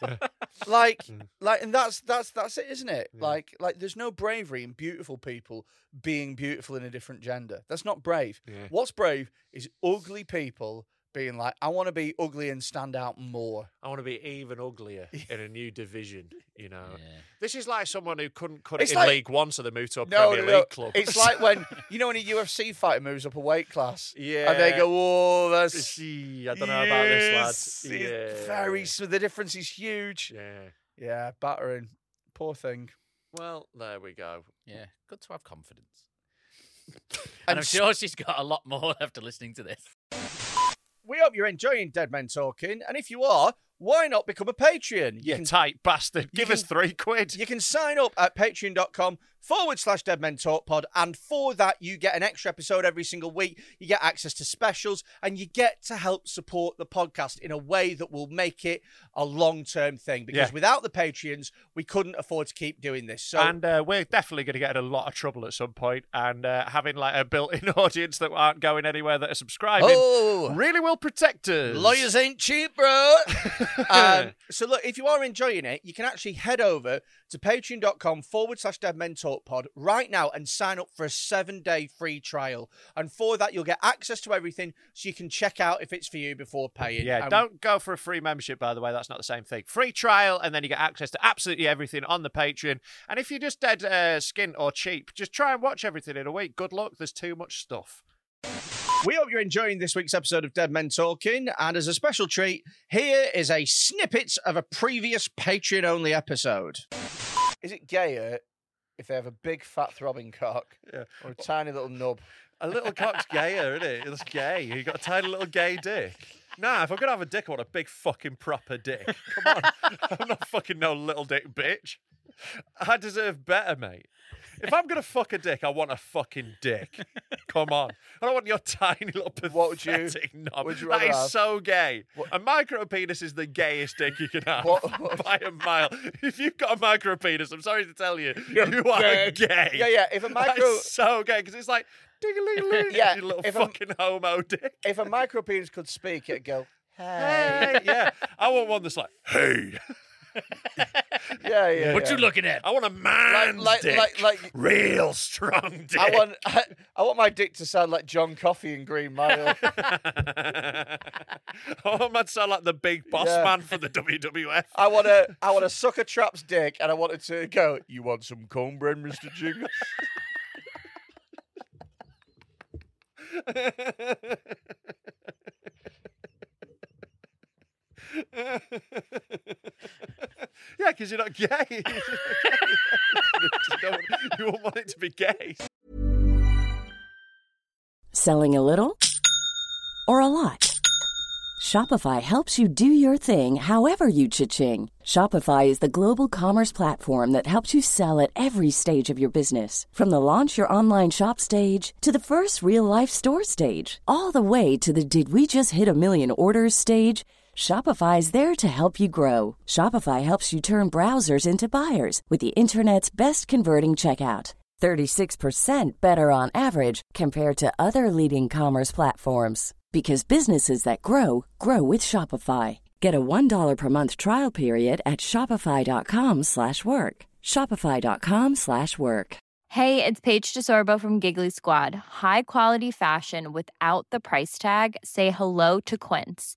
like, like, and that's that's that's it, isn't it? Like, like, there's no bravery in beautiful people being beautiful in a different gender. That's not brave. Yeah. What's brave is ugly people being like, I want to be ugly and stand out more. I want to be even uglier in a new division. You know, Yeah. this is like someone who couldn't cut it It's in like- League One, so they moved to a No, Premier no, no. League club. It's like when you know when a UFC fighter moves up a weight class, and they Yeah. go, "Oh, that's." See, I don't know about this Yes, lad. it's Yeah. Very. So the difference is huge. Yeah. Yeah, battering. Poor thing. Well, there we go. Yeah. Good to have confidence. And And I'm sure she's got a lot more after listening to this. We hope you're enjoying Dead Men Talking, and if you are, why not become a Patreon? You can, tight bastard. Give us can- three quid. you can sign up at patreon.com forward slash Dead Men Talk Pod, and for that, you get an extra episode every single week. You get access to specials, and you get to help support the podcast in a way that will make it a long term thing. Because Yeah. without the Patreons, we couldn't afford to keep doing this. So and uh, we're definitely going to get in a lot of trouble at some point, and uh, having like a built-in audience that aren't going anywhere that are subscribing Oh. really will protect us. Lawyers ain't cheap, bro. um, so look, if you are enjoying it, you can actually head over to patreon.com forward slash dead men talk pod right now and sign up for a seven day free trial. And for that, you'll get access to everything so you can check out if it's for you before paying. Um, Yeah, And- don't go for a free membership, by the way. That's not the same thing. Free trial, and then you get access to absolutely everything on the Patreon. And if you're just dead uh, skin or cheap, just try and watch everything in a week. Good luck. There's too much stuff. We hope you're enjoying this week's episode of Dead Men Talking. And as a special treat, here is a snippet of a previous Patreon only episode. Is it gayer if they have a big fat throbbing cock Yeah. or a tiny little nub? A little cock's gayer, isn't it? It's gay. You got a tiny little gay dick. Nah, if I'm gonna have a dick, I want a big fucking proper dick. Come on, I'm not fucking no little dick bitch. I deserve better, mate. If I'm gonna fuck a dick, I want a fucking dick. Come on, I don't want your tiny little pathetic What would you- knob. would you that rather is have? so gay. A micro penis is the gayest dick you can have What- what- by a mile. If you've got a micro penis, I'm sorry to tell you, You're you are dead. gay. Yeah, yeah. If a That's micro so gay because it's like ding-a-ling-a-ling, Yeah, you little if I'm- fucking homo dick. if a micro penis could speak, it'd go, hey. Hey, yeah. I want one that's like, hey, Yeah, yeah. What yeah. you looking at? I want a man's like- dick, like- like- real strong dick. I want I, I want my dick to sound like John Coffey in Green Mile. I want man to sound like the big boss Yeah. man from the E. WWF. I want to I want to suck a trap's dick, and I want it to go. You want some cornbread, Mister Jingles? yeah, because you're not gay. you, don't, you won't want it to be gay. Selling a little or a lot? Shopify helps you do your thing however you cha-ching. Shopify is the global commerce platform that helps you sell at every stage of your business. From the launch your online shop stage to the first real life store stage, all the way to the did we just hit a million orders stage. Shopify is there to help you grow. Shopify helps you turn browsers into buyers with the internet's best converting checkout. 36% better on average compared to other leading commerce platforms because businesses that grow grow with Shopify. Get a $1 per month trial period at shopify.com/work. slash work. shopify.com/work. slash work. Hey, it's Paige DeSorbo from Giggly Squad. High quality fashion without the price tag. Say hello to Quince.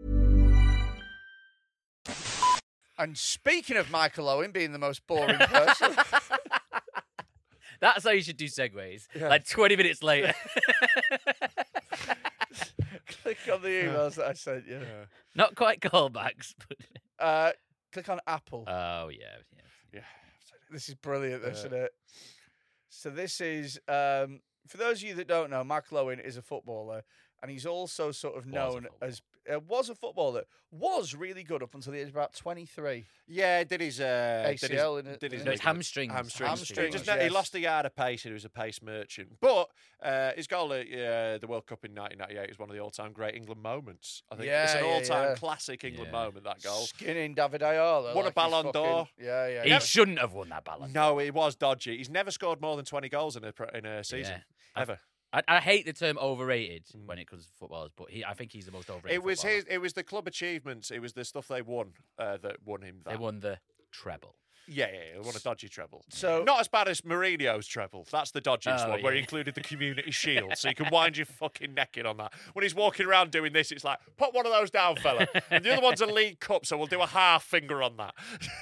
And speaking of Michael Owen being the most boring person, That's how you should do segues. Like 20 minutes later. click on the emails that I sent you. Not quite callbacks, but. Uh, click on Apple. Oh, yeah. yeah. This is brilliant, this, isn't it? So this is um, for those of you that don't know, Mark Lowen is a footballer, and he's also sort of Was a known as uh, was a footballer, was really good up until the age of about twenty three. Yeah, did his uh, did his- ACL, innit? did his No, it's leg- hamstrings. hamstrings. Hamstrings, He, just, he yes. lost a yard of pace, and he was a pace merchant. But uh, his goal at uh, the World Cup in 1998 is one of the all-time great England moments. I think it's Yeah, an yeah, all-time yeah. classic England Yeah. moment. That goal. Skinning David Ayala. Won a like he's Ballon d'Or. fucking- Yeah, yeah. He yeah. shouldn't have won that ballot. No, he was dodgy. He's never scored more than 20 goals in a pro- in a season I- ever. I, I hate the term overrated when it comes to footballers, but he, I think he's the most overrated. Mm. It was footballer. his. It was the club achievements. It was the stuff they won uh, that won him. That. They won the treble. Yeah, yeah, yeah, they won a dodgy treble. So- not as bad as Mourinho's treble. That's the dodgiest Oh, one, where he yeah. included the community shield, so you can wind your fucking neck in on that. When he's walking around doing this, it's like put one of those down, fella. And the other one's a league cup, so we'll do a half finger on that.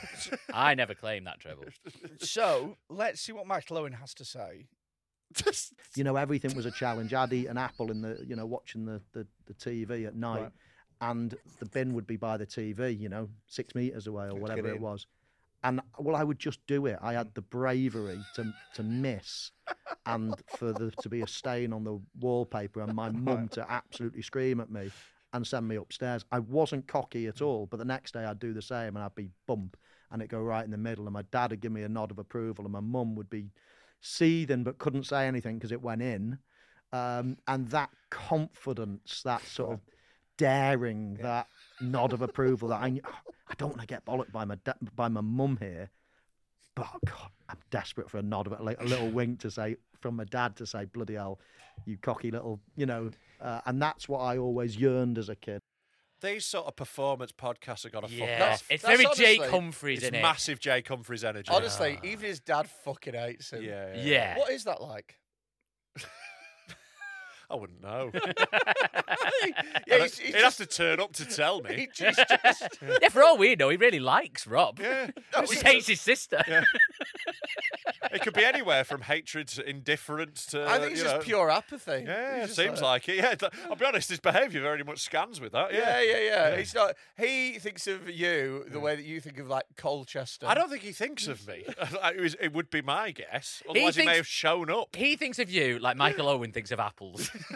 I never claimed that treble. So let's see what Mike Lowen has to say. Just- you know everything was a challenge i'd eat an apple in the you know watching the the, the tv at night and the bin would be by the tv you know six meters away or whatever it was and well i would just do it i had the bravery to to miss and for there to be a stain on the wallpaper and my mum to absolutely scream at me and send me upstairs i wasn't cocky at all but the next day i'd do the same and i'd be bump and it'd go right in the middle and my dad would give me a nod of approval and my mum would be seething but couldn't say anything because it went in. Um, and that confidence, that sort of daring, that nod of approval that I, kn- I don't want to get bollocked by my da- by my mum here, but oh God, I'm desperate for a nod of like a little wink to say from my dad to say bloody hell, you cocky little, you know. Uh, and that's what I always yearned as a kid. These sort of performance podcasts have got to fuck Yeah, off. it's that's very Jake honestly- Humphreys, It's isn't it? massive Jake Humphreys energy. Ah, Honestly, even his dad fucking hates yeah, him. yeah, yeah. Yeah. What is that like? I wouldn't know. Yeah, yeah, he's- he's he'd just- have to turn up to tell He me. Uh, just, just yeah, for all we know, he really likes Rob. yeah, He just hates his sister. it could be anywhere from hatred to indifference to. I think it's you just know- pure apathy. Yeah, He's it just seems like it. Yeah, th- I'll be honest, his behaviour very much scans with that. Yeah, Yeah. yeah, yeah. Yeah. He's not. He thinks of you the way that you think of like Colchester. I don't think he thinks of me. it, was, it would be my guess. Otherwise, he, may thinks- have shown up. He thinks of you like Michael Owen thinks of apples. What,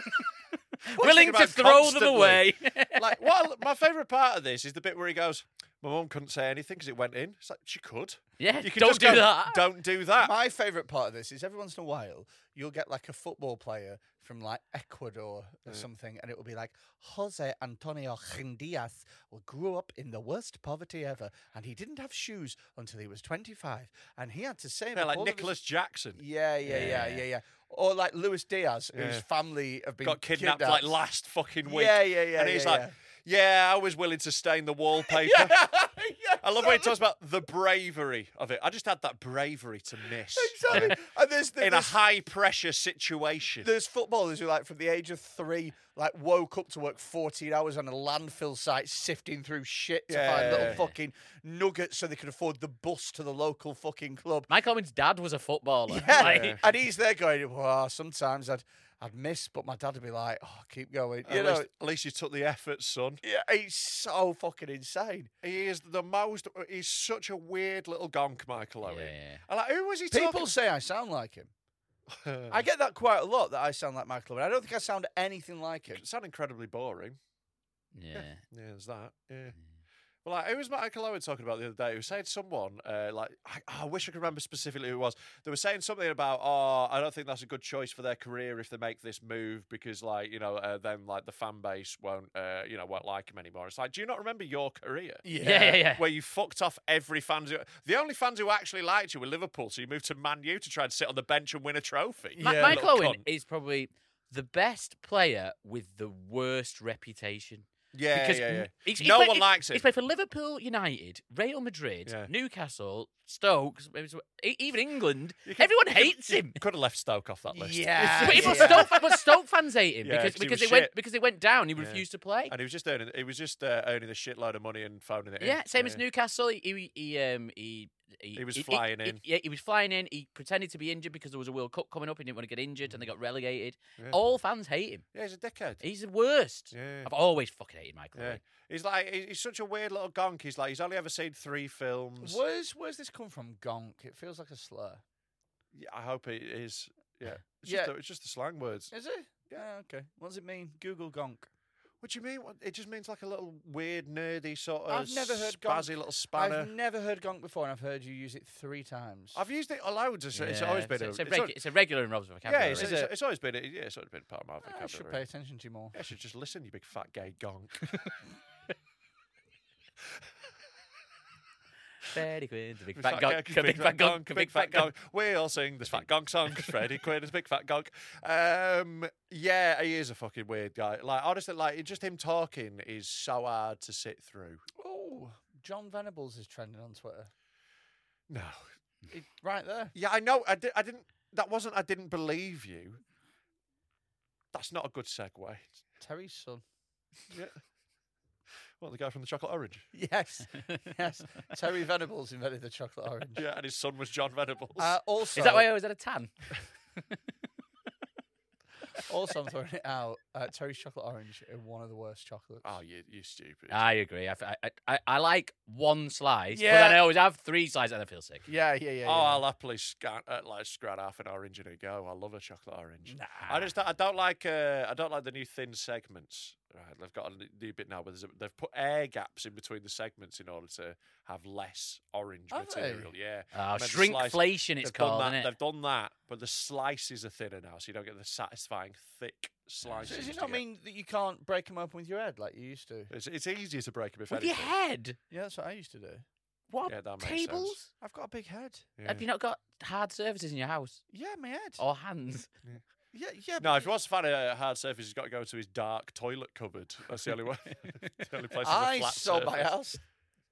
Willing to thinking throw about them constantly? away. like, what? My favourite part of this is the bit where he goes, "My mum couldn't say anything because it went in." It's like she could. Yeah, you can don't just do go, that. Don't do that. My favourite part of this is every once in a while you'll get like a football player from like Ecuador or something, and it will be like Jose Antonio Gendias well, grew up in the worst poverty ever, and he didn't have shoes until he was 25, and he had to save They're up like all of his-" Nicholas Jackson Yeah, yeah, yeah, yeah, yeah. Or like Luis Diaz, whose Yeah. family have been got kidnapped, like last fucking week. Yeah, yeah, yeah, And he's yeah, like, "Yeah, I was willing to stain the wallpaper." yeah, I love when he talks about the bravery of it. I just had that bravery to miss Exactly. and there's, in a there's- high pressure situation. There's footballers who, like, from the age of three, like, woke up to work 14 hours on a landfill site, sifting through shit to find little Yeah. fucking nuggets so they could afford the bus to the local fucking club. Michael Owen's dad was a footballer. Yeah. Like, And he's there going, well, sometimes I'd, I'd miss, but my dad would be like, oh, keep going. You at, know, least, at least you took the effort, son. yeah, it's so fucking insane. He is the most. He's such a weird little gonk, Michael Owen. Yeah. And like, who was he People talking? say I sound like him. I get that quite a lot, that I sound like Michael Owen. I don't think I sound anything like him. It sound incredibly boring. yeah. Yeah, there's that. Yeah. Well, like, who was Michael Owen talking about the other day? Who said someone uh, like I, I wish I could remember specifically who it was. They were saying something about, oh, I don't think that's a good choice for their career if they make this move because, like, you know, uh, then like the fan base won't, uh, you know, won't like him anymore. It's like, do you not remember your career? Yeah, yeah, yeah. Where you fucked off every fans. Who, the only fans who actually liked you were Liverpool, so you moved to Man U to try and sit on the bench and win a trophy. Ma- You Michael little Owen cunt. is probably the best player with the worst reputation. Yeah, because yeah, n- yeah. he's- he's no played- one he's- likes him. He's played for Liverpool, United, Real Madrid, Yeah. Newcastle, Stoke, maybe some- e- even England. You could- Everyone you could- hates him. Could have left Stoke off that list. Yeah, But, even yeah. Stoke, but Stoke fans hate him Yeah, 'cause because he because was they went shit. because they went down. He Yeah. refused to play. And he was just earning. He was just uh, earning a shitload of money and phoning it in. Yeah, same as Yeah. Newcastle. He he, he um he. He, He was flying in. yeah, he was flying in. He pretended to be injured because there was a World Cup coming up. He didn't want to get injured, and they got relegated. Yeah. All fans hate him. Yeah, he's a dickhead. He's the worst. Yeah. I've always fucking hated Michael. yeah. Owen. He's like he- he's such a weird little gonk. He's like he's only ever seen three films. Where's, where's this come from, gonk? It feels like a slur. Yeah, I hope it is. Yeah, it's, Yeah. Just, the- it's just the slang words. Is it? Yeah, okay. What does it mean? Google gonk. What do you mean? What, it just means like a little weird nerdy sort of. I've never heard spazzy gonk. little spanner. I've never heard gonk before, and I've heard you use it three times. I've used it loads. It's, it's always Yeah, been. it's, a, it's, a regu- al- it's a regular in Rob's yeah, vocabulary. it's, Is it's, it? it's always been. A, yeah, it's always been part of my Ah, vocabulary. I should pay attention to you more. Yeah, I should just listen, you big fat gay gonk. Freddie Quinn's a big Big fat gonk, a big fat gonk, a big fat gonk. We all sing this fat gonk song. Freddie Quinn is a big fat gonk. Um, yeah, he is a fucking weird guy. Like honestly, like just him talking is so hard to sit through. Oh, John Venables is trending on Twitter. No, It- right there. yeah, I know. I, di- I didn't. That wasn't. I didn't believe you. That's not a good segue. Terry's son. Yeah. What the guy from the chocolate orange? Yes. yes. Terry Venables invented the chocolate orange. Yeah, and his son was John Venables. Uh, also, Is that why I was at a tan? also, I'm throwing it out. Uh, Terry's chocolate orange is one of the worst chocolates. oh, you, you stupid. I agree. I, f- I- I- I like one slice, but Yeah. then I always have three slices and I feel sick. yeah, yeah, yeah. Oh, yeah. I'll happily scan, uh, like scan half an orange in a go. I love a chocolate orange. Ah, I just I don't like uh, I don't like the new thin segments. Right, they've got a n- new bit now where there's a, they've put air gaps in between the segments in order to have less orange Have they? material. Yeah, Oh, And then the shrinkflation they've it's done called, that- isn't it? They've done that, but the slices are thinner now, so you don't get the satisfying thick So slices. does it you not get. mean that you can't break them open with your head like you used to? it's, it's easier to break them if With your anything? head? Yeah, that's what I used to do. What? Yeah, that makes sense. Tables? I've got a big head. Yeah. Have you not got hard surfaces in your house Yeah, my head. or hands? Yeah, yeah. No, if he wants to find a hard surface, he's got to go to his dark toilet cupboard. That's the only way. the only place. with a I flat sold my surface. house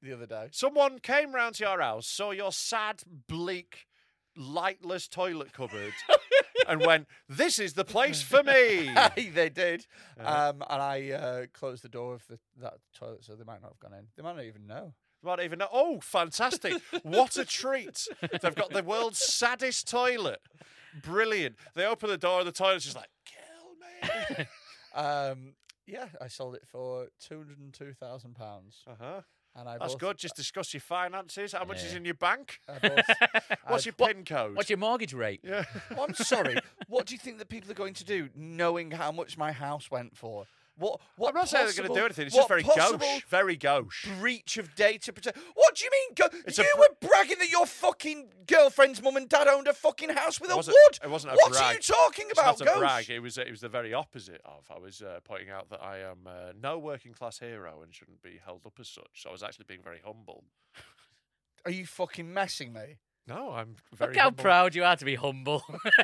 the other day. Someone came round to your house, saw your sad, bleak, lightless toilet cupboard, and went, "This is the place for me." Aye, they did. Uh-huh. Um, and I uh, closed the door of the, that toilet, so they might not have gone in. They might not even know. Might even know. Oh, fantastic! what a treat! They've got the world's saddest toilet. Brilliant. They open the door, and the toilet's just like, Oh, "Kill me." Um, yeah, I sold it for two hundred and two thousand pounds, uh huh. and I That's bought- good. Just discuss your finances. How much is Yeah. in your bank? I bought- What's I- your pin code? What's your mortgage rate? yeah. Well, I'm sorry. what do you think that people are going to do, knowing how much my house went for? What? What? I'm not saying they're going possible- to do anything. It's what just very possible gauche. Very gauche. Breach of data protection. What do you mean? Go- It's a you br- were bragging that your fucking girlfriend's mum and dad owned a fucking house with It a wasn't- wood. It wasn't a what brag. are you talking about, It's not a ghost? brag. It was it was the very opposite of. I was uh, pointing out that I am uh, no working class hero and shouldn't be held up as such. So I was actually being very humble. Are you fucking messing me? No, I'm very. Look how humble. proud you are to be humble.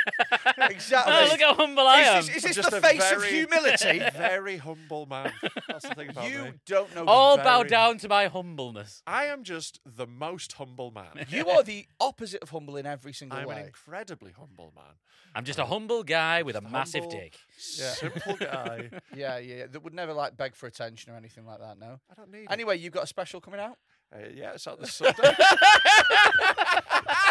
Exactly. Oh, look how humble I am. Is this, is I'm this the just a face of very- humility? very humble man. That's the thing about you me. don't know. All the- bow very- down to my humbleness. I am just the most humble man. You are the opposite of humble in every single I'm way. an incredibly humble man. I'm just a humble guy with a massive Humble, dick. Yeah. Simple guy. yeah, yeah, yeah. That would never like beg for attention or anything like that. No. I don't need. it. Anyway, you've got a special coming out. Uh, yeah, it's out this Sunday. I'm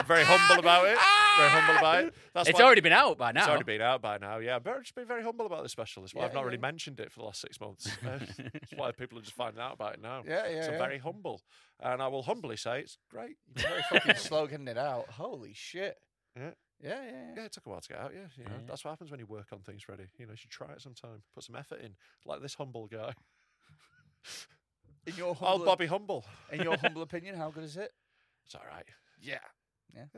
very humble about it. Very humble about it. That's it's why- already been out by now. It's already been out by now, yeah. But I've just been very humble about this special. That's why I've Yeah, not really yeah. mentioned it for the last six months. Uh, That's why people are just finding out about it now. Yeah, yeah, So I'm yeah. very humble, and I will humbly say it's great. Very fucking slow getting it out. Holy shit. Yeah. Yeah, yeah, yeah. Yeah, it took a while to get out. Yeah, you know, Yeah. that's what happens when you work on things. Ready, you know, you should try it sometime. Put some effort in, like this humble guy. In your Oh, humble, Bobby Humble. In your humble opinion, how good is it? It's all right. Yeah. Yeah.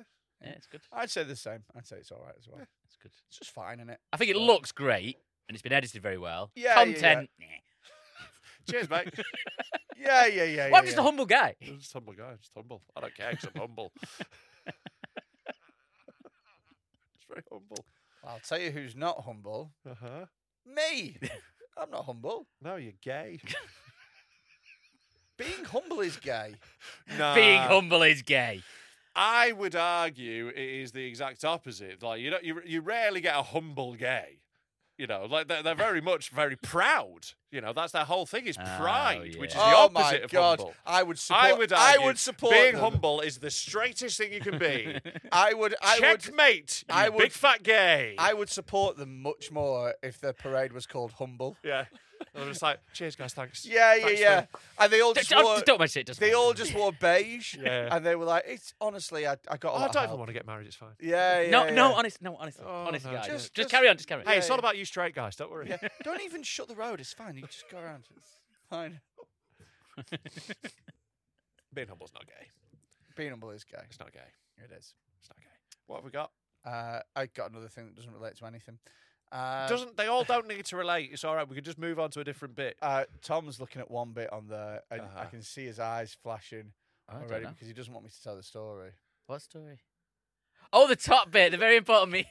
Yeah, it's good. I'd say the same. I'd say it's all right as well. It's good. It's just fine, is it? I think it looks great and it's been edited very well. Yeah, yeah, yeah. Content. Yeah, Cheers, mate. Yeah, yeah, yeah. Well, yeah, I'm just a yeah. humble guy. I'm just a humble guy. I'm just humble. I don't care 'cause I'm humble. it's very humble. I'll tell you who's not humble. Uh huh. Me. I'm not humble. No, you're gay. Being humble is gay. Uh, no. Being humble is gay. I would argue it is the exact opposite. Like you don't, you, you rarely get a humble gay. You know, like they're, they're very much very proud. You know, that's their whole thing is Oh, pride, which is the yeah. oh opposite my of god! humble. I would support. I would argue I would support being them. humble is the straightest thing you can be. I would. I would. Checkmate, you I would- big fat gay. I would support them much more if their parade was called humble. yeah. I'm just like, cheers, guys, thanks. Yeah, yeah, Thanks for- yeah. And they all Don't- just wore, Don't don't mention it. doesn't they matter. all just wore beige, Yeah. and they were like, "It's honestly, I, I got a Oh, I lot of don't even help." want to get married. It's fine. Yeah, yeah. No, yeah. no, honest, no, honestly, Oh, honestly, no, guys, just- just, just- carry on, just carry on. Hey, it's yeah. all about you, straight guys. Don't worry. Yeah. Don't even shut the road. It's fine. You just go around. It's fine. Being humble's not gay. Being humble is gay. It's not gay. It is. It's not gay. What have we got? Uh, I got another thing that doesn't relate to anything. Uh, Doesn't they all don't need to relate? It's all right. We can just move on to a different bit. Uh, Tom's looking at one bit on there, and I Uh-huh. can see his eyes flashing I don't already know. because he doesn't want me to tell the story. What story? Oh, the top bit, the very important bit.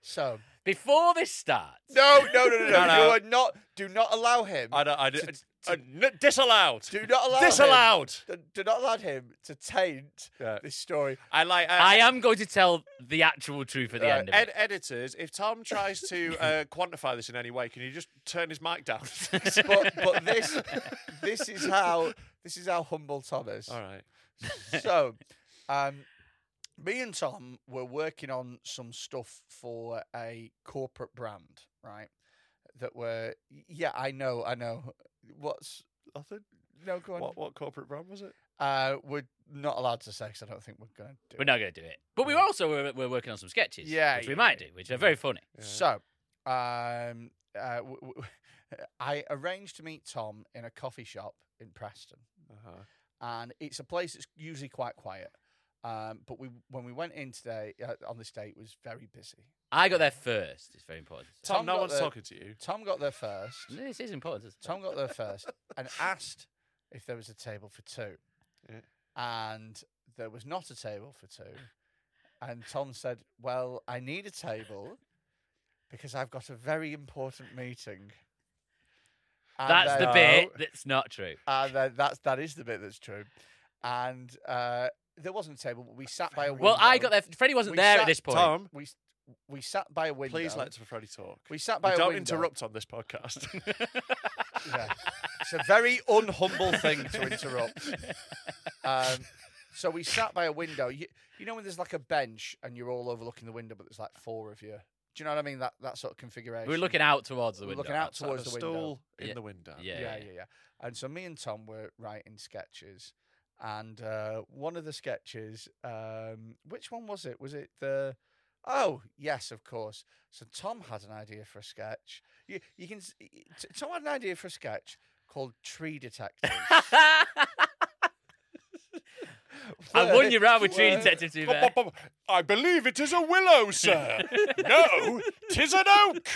So Before this starts, no, no, no, no, No, no. no. You are not. Do not allow him. I don't. I, d- uh, n- disallowed. do not allow. him- disallowed. do, do not allow him to taint Yeah. this story. I like. Uh, I am going to tell the actual truth at the uh, end of ed- it. editors, if Tom tries to uh, quantify this in any way, can you just turn his mic down? But but this this is how this is how humble Tom is. all right. So, um, me and Tom were working on some stuff for a corporate brand, right? That were yeah, I know, I know. What's Nothing. no go on. What what corporate brand was it? Uh, we're not allowed to say 'cause I don't think we're going to do. We're it. not going to do it. But we also were, we're working on some sketches, Yeah, which we yeah, might do, which are very funny. So, um, uh, w- w- I arranged to meet Tom in a coffee shop in Preston, Uh-huh. and it's a place that's usually quite quiet. Um, but we when we went in today uh, on this date it was very busy. I got there first. It's very important. Tom, Tom no got one's the- talking to you. Tom got there first. This is important. Isn't it? Tom got there first and asked if there was a table for two, Yeah. and there was not a table for two. And Tom said, "Well, I need a table because I've got a very important meeting. And That's the then- bit that's not true. And then that's that is the bit that's true. And uh, there wasn't a table. But we sat by a window. Well, I got there. Freddie wasn't We there sat- at this point. Tom, We s- we sat by a window. please let Freddie talk. We sat You by a don't window. interrupt on this podcast. Yeah. It's a very unhumble thing to interrupt. Um, so we sat by a window. You, you know when there's like a bench and you're all overlooking the window, but there's like four of you. Do you know what I mean? That that sort of configuration. We were looking out towards the We were window. looking out Sat on towards a the window. stool in Yeah. the window. Yeah, yeah, yeah, yeah. And so me and Tom were writing sketches, and uh, one of the sketches, um, which one was it? Was it the? Oh yes, of course. So Tom had an idea for a sketch. You, you can. s- y- y- T- Tom had an idea for a sketch called Tree Detectives. I won you round with Tree Where- Detective too, Bum, bum, bum. I believe it is a willow, sir. no, tis an oak.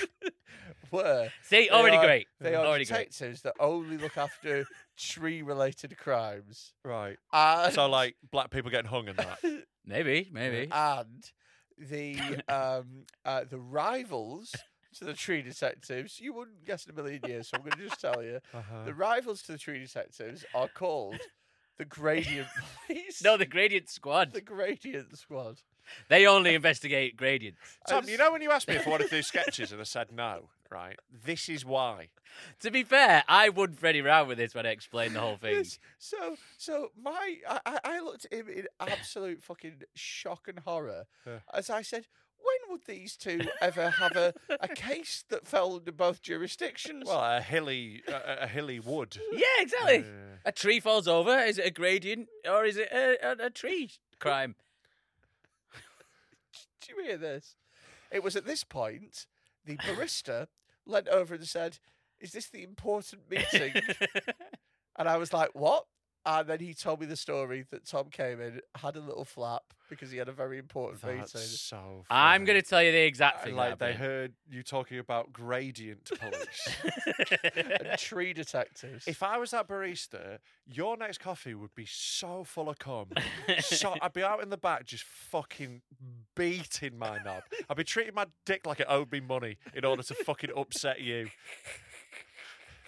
were. See, They already are- great. They are already great. detectives that only look after tree-related crimes. Right. And So, like, black people getting hung and that. Maybe, maybe. and the um uh, the rivals to the tree detectives. You wouldn't guess in a million years, so I'm going to just tell Uh-huh. you. The rivals to the tree detectives are called the Gradient Police. no, the gradient squad. the Gradient Squad. They only investigate gradients. Tom, you know when you asked me if I wanted to do sketches and I said no, right? This is why. To be fair, I would Freddie round with this when I explained the whole thing. Yes, So, so my, I, I- I looked at him in absolute fucking shock and horror as I said, when would these two ever have a, a case that fell under both jurisdictions? Well, a hilly, a, a hilly wood. Yeah, exactly. A tree falls over. Is it a gradient or is it a, a, a tree crime? Did you hear this? It was at this point the barista leant over and said, Is this the important meeting? and I was like, What? And then he told me the story that Tom came in, had a little flap because he had a very important meeting. That's so. Funny. I'm going to tell you the exact And, thing. Like Like they heard you talking about gradient police. And tree detectives. if I was that barista, your next coffee would be so full of cum. so I'd be out in the back just fucking beating my knob. I'd be treating my dick like it owed me money in order to fucking upset you.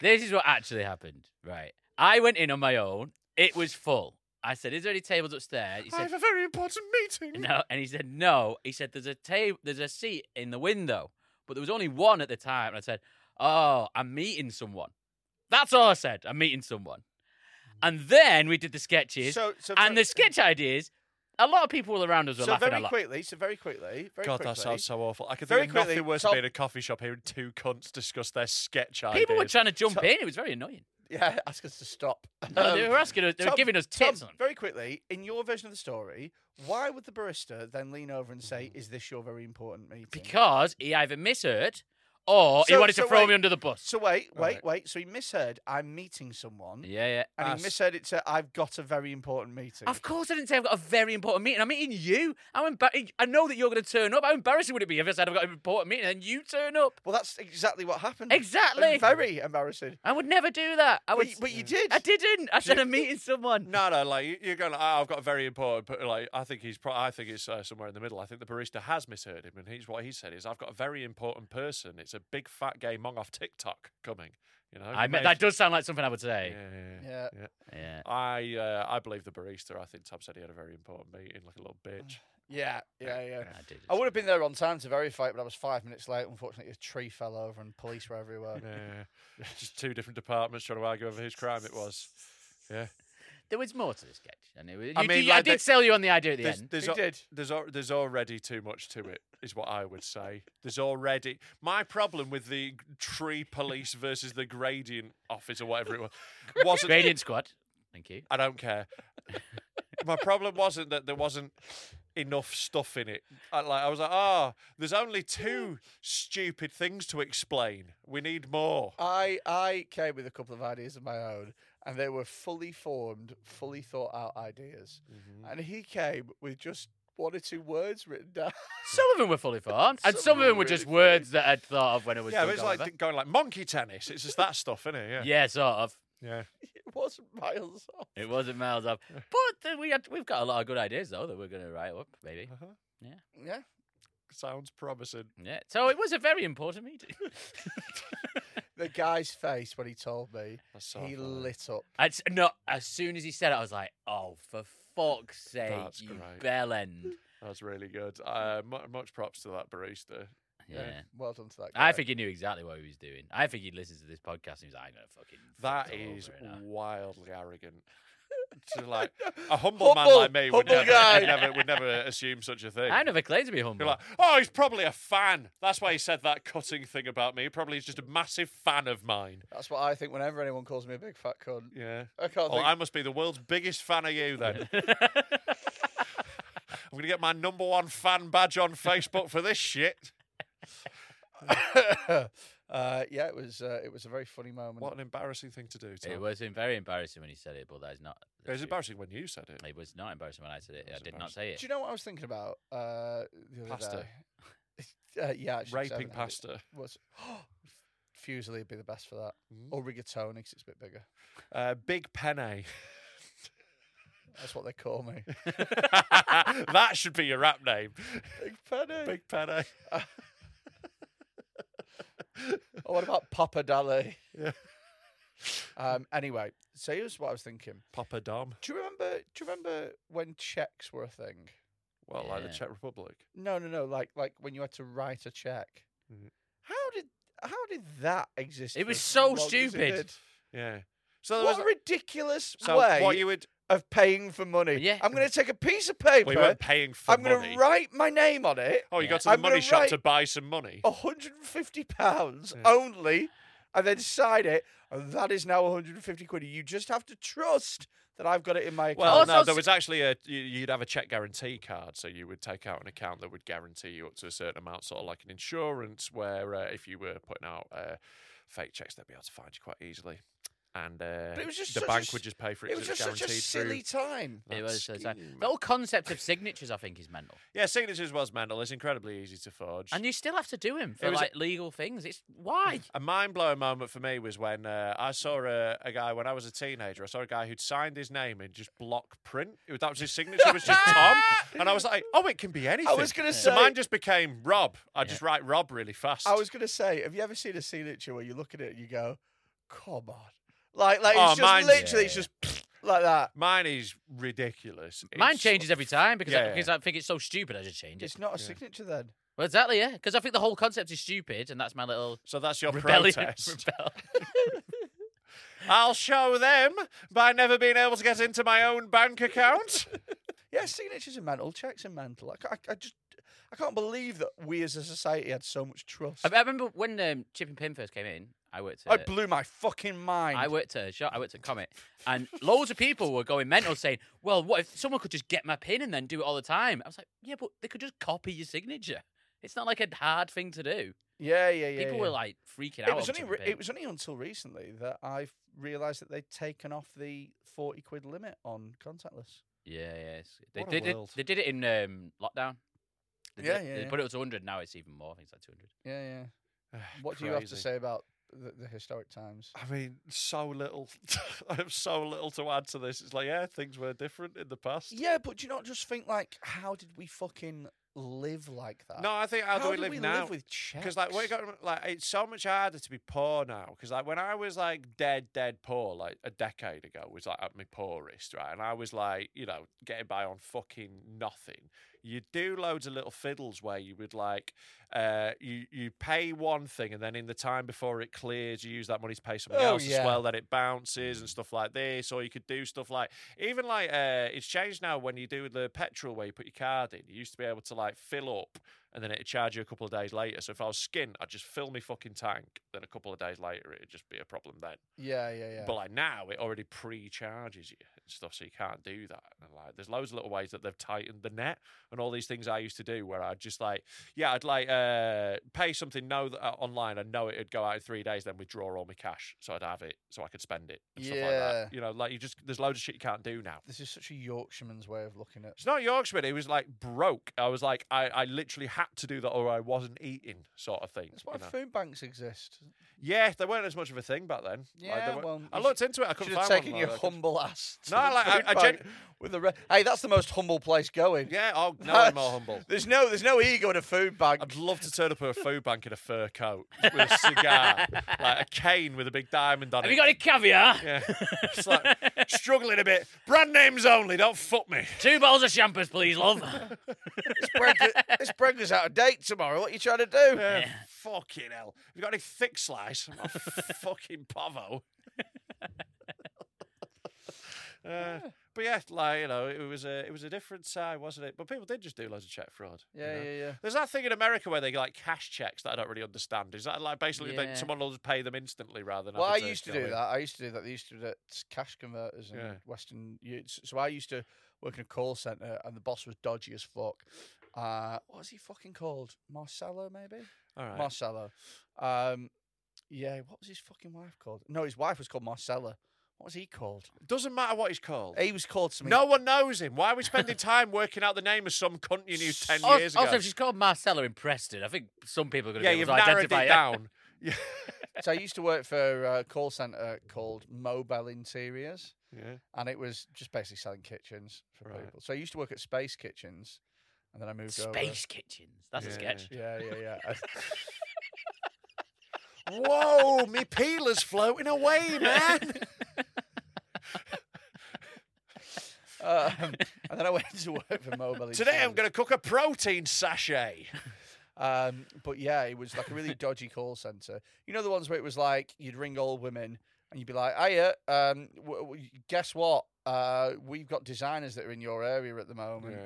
This is what actually happened. Right. I went in on my own. It was full. I said, "Is there any tables upstairs?" He I said, have a very important meeting. "No," and he said, "No." He said, "There's a table. There's a seat in the window, but there was only one at the time." And I said, "Oh, I'm meeting someone." That's all I said. I'm meeting someone. And then we did the sketches, Hmm. So- so and very- the sketch ideas. A lot of people around us were so laughing very a lot. quickly, so very quickly, very God, quickly. that sounds so awful. I could Very think of nothing quickly, worse Tom- than being in a coffee shop hearing two cunts discuss their sketch ideas. People were trying to jump in. It was very annoying. Yeah, ask us to stop. Um, No, they were asking us- they were giving us tips Tom, on- Very quickly, in your version of the story, why would the barista then lean over and say, Is this your very important meeting? Mm-hmm. Because he either misheard or he So- wanted so to throw wait. me under the bus. Oh, So wait, wait, Right. wait. So he misheard. I'm meeting someone, yeah, yeah. Ah, and Us. he misheard it to I've got a very important meeting. Of course, I didn't say I've got a very important meeting. I'm meeting you. How embar- I know that you're going to turn up. How embarrassing would it be if I said I've got an important meeting and you turn up? well, that's exactly what happened. Exactly. And very embarrassing. I would never do that. I But would. you- but you did. I didn't. I said I'm meeting someone. No, no, like you- you're going. Oh, I've got a very important. But like, I think he's. Pro- I think it's uh, somewhere in the middle. I think the barista has misheard him, and he's what he said is, "I've got a very important person. It's a big fat gay mong off TikTok coming." You know, I You may meant that have- does sound like something I would say. Yeah, yeah, yeah. Yeah. Yeah. I uh, I believe the barista. I think Tom said he had a very important meeting, like a little bitch. Yeah, yeah, yeah. I did. I would have been there on time to verify it, but I was five minutes late. Unfortunately, a tree fell over and police were everywhere. Yeah, yeah. just two different departments trying to argue over whose crime it was. Yeah, There was more to the sketch. And it was, you, I mean, you- I like, did they- sell you on the idea at the there's end. there's, He al- did. there's al- there's already too much to it, is what I would say. There's already my problem with the g- tree police versus the gradient office or whatever it was. wasn't Gradient Squad. Thank you. I don't care. my problem wasn't that there wasn't enough stuff in it. I, like I was like, ah, there's only two stupid things to explain. We need more. I I came with a couple of ideas of my own, and they were fully formed, fully thought out ideas. And he came with just one or two words written down. Some of them were fully formed, and some of them were just words that I'd thought of when I was. yeah, drunk but it's like over. th- going like monkey tennis. It's just that stuff, isn't it? Yeah. yeah, sort of. yeah. it wasn't miles off. It wasn't miles off, Oh. but uh, we had, we've got a lot of good ideas though that we're going to write up. Maybe Yeah. Uh-huh. sounds promising. Yeah. So it was a very important meeting. The guy's face when he told me, That's so he funny. lit up. I s- no, as soon as he said it, I was like, "Oh, for fuck's sake, That's you great. bell end!" That's really good. Uh, mu- much props to that barista. Yeah. Well done to that guy. I think he knew exactly what he was doing. I think he listens to this podcast and he was like, "I'm gonna fucking." That fuck all is over it now." wildly arrogant. to like a humble, man Humble- like me would humble never, guy. would never would never assume such a thing. I never claimed to be humble. You're like, oh, he's probably a fan. That's why he said that cutting thing about me. Probably he's just a massive fan of mine. That's what I think whenever anyone calls me a big fat cunt. Yeah. I can't Well, think. I must be the world's biggest fan of you then. I'm going to get my number one fan badge on Facebook for this shit. uh, yeah, it was uh, it was a very funny moment. What an embarrassing thing to do. Tom. it was very embarrassing when he said it, but that is not. It was embarrassing when you said it. It was not embarrassing when I said it. I was did not say Do it. you know what I was thinking about uh, the other Pasta. day? Uh, yeah, actually, 'cause I Raping haven't had it. pasta. Was Fuseli would be the best for that, or rigatoni 'cause it's a bit bigger. Uh, big penne. That's what they call me. that should be your rap name. big penny. Big penne. Oh, what about Papa Dali? Yeah. Um, anyway, so here's what I was thinking. Papa Dom. Do you remember? Do you remember when checks were a thing? Well, like the Yeah. Czech Republic. No, no, no. Like, like when you had to write a check. Mhm. How did how did that exist? It for was as so long as it stupid. did? Yeah. So there What a was. uh, ridiculous so way what you would? of paying for money. Yeah. I'm going to take a piece of paper. We weren't paying for I'm money. to write my name on it. oh, you Yeah. got to the I'm gonna money shop write- to buy some money. 150 pounds only and then sign it and that is now 150 quid you just have to trust that i've got it in my account Well, Also no, there s- was actually a you- you'd have a check guarantee card, so you would take out an account that would guarantee you up to a certain amount, sort of like an insurance, where uh, if you were putting out uh, fake checks, they'd be able to find you quite easily, and uh, But it was just the such a bank s- would just pay for it. it was 'cause just such a guaranteed silly through time that It was uh, so sad. scheme. The whole concept of signatures, I think, is mental, Yeah, signatures was mental. It's incredibly easy to forge. and you still have to do him for It was a- like legal things. It's why. A mind blowing moment for me was when uh, I saw a, a guy when I was a teenager. I saw a guy who'd signed his name in just block print. It was, that was his signature. It was just Tom, and I was like, "Oh, it can be anything." was gonna so say- mine just became Rob. I just write Rob really fast. i was going to say have you ever seen a signature where you look at it and you go come on like like Oh, it's just mine- literally it's Yeah. just like that Mine is ridiculous. Mine It's- changes every time because, Yeah, I, yeah. because I think it's so stupid. I just change it. it's not a signature then Well, exactly, yeah. Because I think the whole concept is stupid, and that's my little So that's your rebellion. protest. Rebel. I'll show them by never being able to get into my own bank account. yeah signatures are mental checks are mental I, ca- I, I just i can't believe that we as a society had so much trust I I remember when um, Chip and Pin first came in. I worked. I at- blew my fucking mind I worked at a shop. I worked at Comet, and loads of people were going mental, saying, "Well, what if someone could just get my pin and then do it all the time?" I was like, "Yeah, but they could just copy your signature. It's not like a hard thing to do." yeah yeah yeah people yeah. were like freaking out. It was, over only Chip re- and Pin. it was only until recently that I realised that they'd taken off the 40 quid limit on contactless. Yeah, yeah. it's- They What a did it. world. They did it in um, lockdown. They did Yeah, it- yeah, They yeah. put it to 100. Now it's even more. I think it's like 200. Yeah, yeah. What do you have to Crazy. say about the, the historic times? I mean, so little. I have so little to add to this. It's like, yeah, things were different in the past. Yeah, but do you not just think, like, how did we fucking live like that? No, I think how, How do we do live we live now? with because like we checks? got like it's so much harder to be poor now. Because like when I was like dead, dead poor, like a decade ago, was like at my poorest, right? And I was like, you know, getting by on fucking nothing. You do loads of little fiddles where you would like, uh, you you pay one thing and then in the time before it clears, you use that money to pay something Oh, else as yeah. well. Then it bounces and stuff like this, or you could do stuff like even like uh, it's changed now when you do the petrol where you put your card in. You used to be able to like fill up and then it'd charge you a couple of days later. So if I was skint, I'd just fill my fucking tank. Then a couple of days later, it'd just be a problem then. yeah, yeah, yeah. But like now, it already pre-charges you and stuff, so you can't do that. And like, there's loads of little ways that they've tightened the net and all these things I used to do, where I'd just like, yeah, I'd like uh, pay something, know that uh, online, I know it'd go out in three days, then withdraw all my cash, so I'd have it, so I could spend it and stuff like that. Yeah. You know, like you just there's loads of shit you can't do now. this is such a Yorkshireman's way of looking at It's not Yorkshireman. It was like broke. I was like, I, I literally had to do that, or I wasn't eating, sort of thing. That's why you know? food banks exist. Yeah, they weren't as much of a thing back then. Like, they Yeah, weren't- well, I you looked into it. I Should couldn't have find taken one. your though. I couldn't- humble ass. to No, the like, I- food I bank gen- with the re- hey, that's the most humble place going. Yeah, oh, no, I'm more humble. There's no, there's no ego in a food bank. I'd love to turn up at a food bank in a fur coat with a cigar, like a cane with a big diamond on Have it. you got any caviar? Yeah. Just like struggling a bit. Brand names only, don't fuck me. Two bowls of champers, please, love. This bread, this bread is out of date tomorrow. What are you trying to Oh, do? Yeah, Fucking hell. Have you got any thick slice? I'm a fucking pavo. uh, but yeah, like, you know, it was a it was a different side, wasn't it? But people did just do loads of check fraud. you Yeah, know? yeah, yeah. There's that thing in America where they like cash checks that I don't really understand. Is that like basically Yeah. they, someone will just pay them instantly rather than Well, I having used to go do in? that. I used to do that. They used to do that to cash converters and Yeah. Western. u- s- So I used to work in a call center, and the boss was dodgy as fuck. Uh, what was he fucking called? Marcelo, maybe. All right. Marcella. Um, yeah, what was his fucking wife called? No, his wife was called Marcella. What was he called? Doesn't matter what he's called. He was called something. No one knows him. Why are we spending time working out the name of some cunt you knew ten also, years ago? also, if she's called Marcella in Preston, I think some people are going to yeah, be you've able to narrowed it identify her. down. yeah. So I used to work for a call center called Mobile Interiors, yeah. and it was just basically selling kitchens for Right. people. So I used to work at Space Kitchens, and then I moved over. Space kitchens. That's a sketch. Yeah, yeah, yeah. I- Whoa, me peeler's floating away, man. um, and then I went to work for Mobile. Today I'm Interiors. going to cook a protein sachet. Um, but yeah, it was like a really dodgy call center. You know the ones where it was like you'd ring old women and you'd be like, "Hiya, um, w- w- guess what? Uh, we've got designers that are in your area at the moment,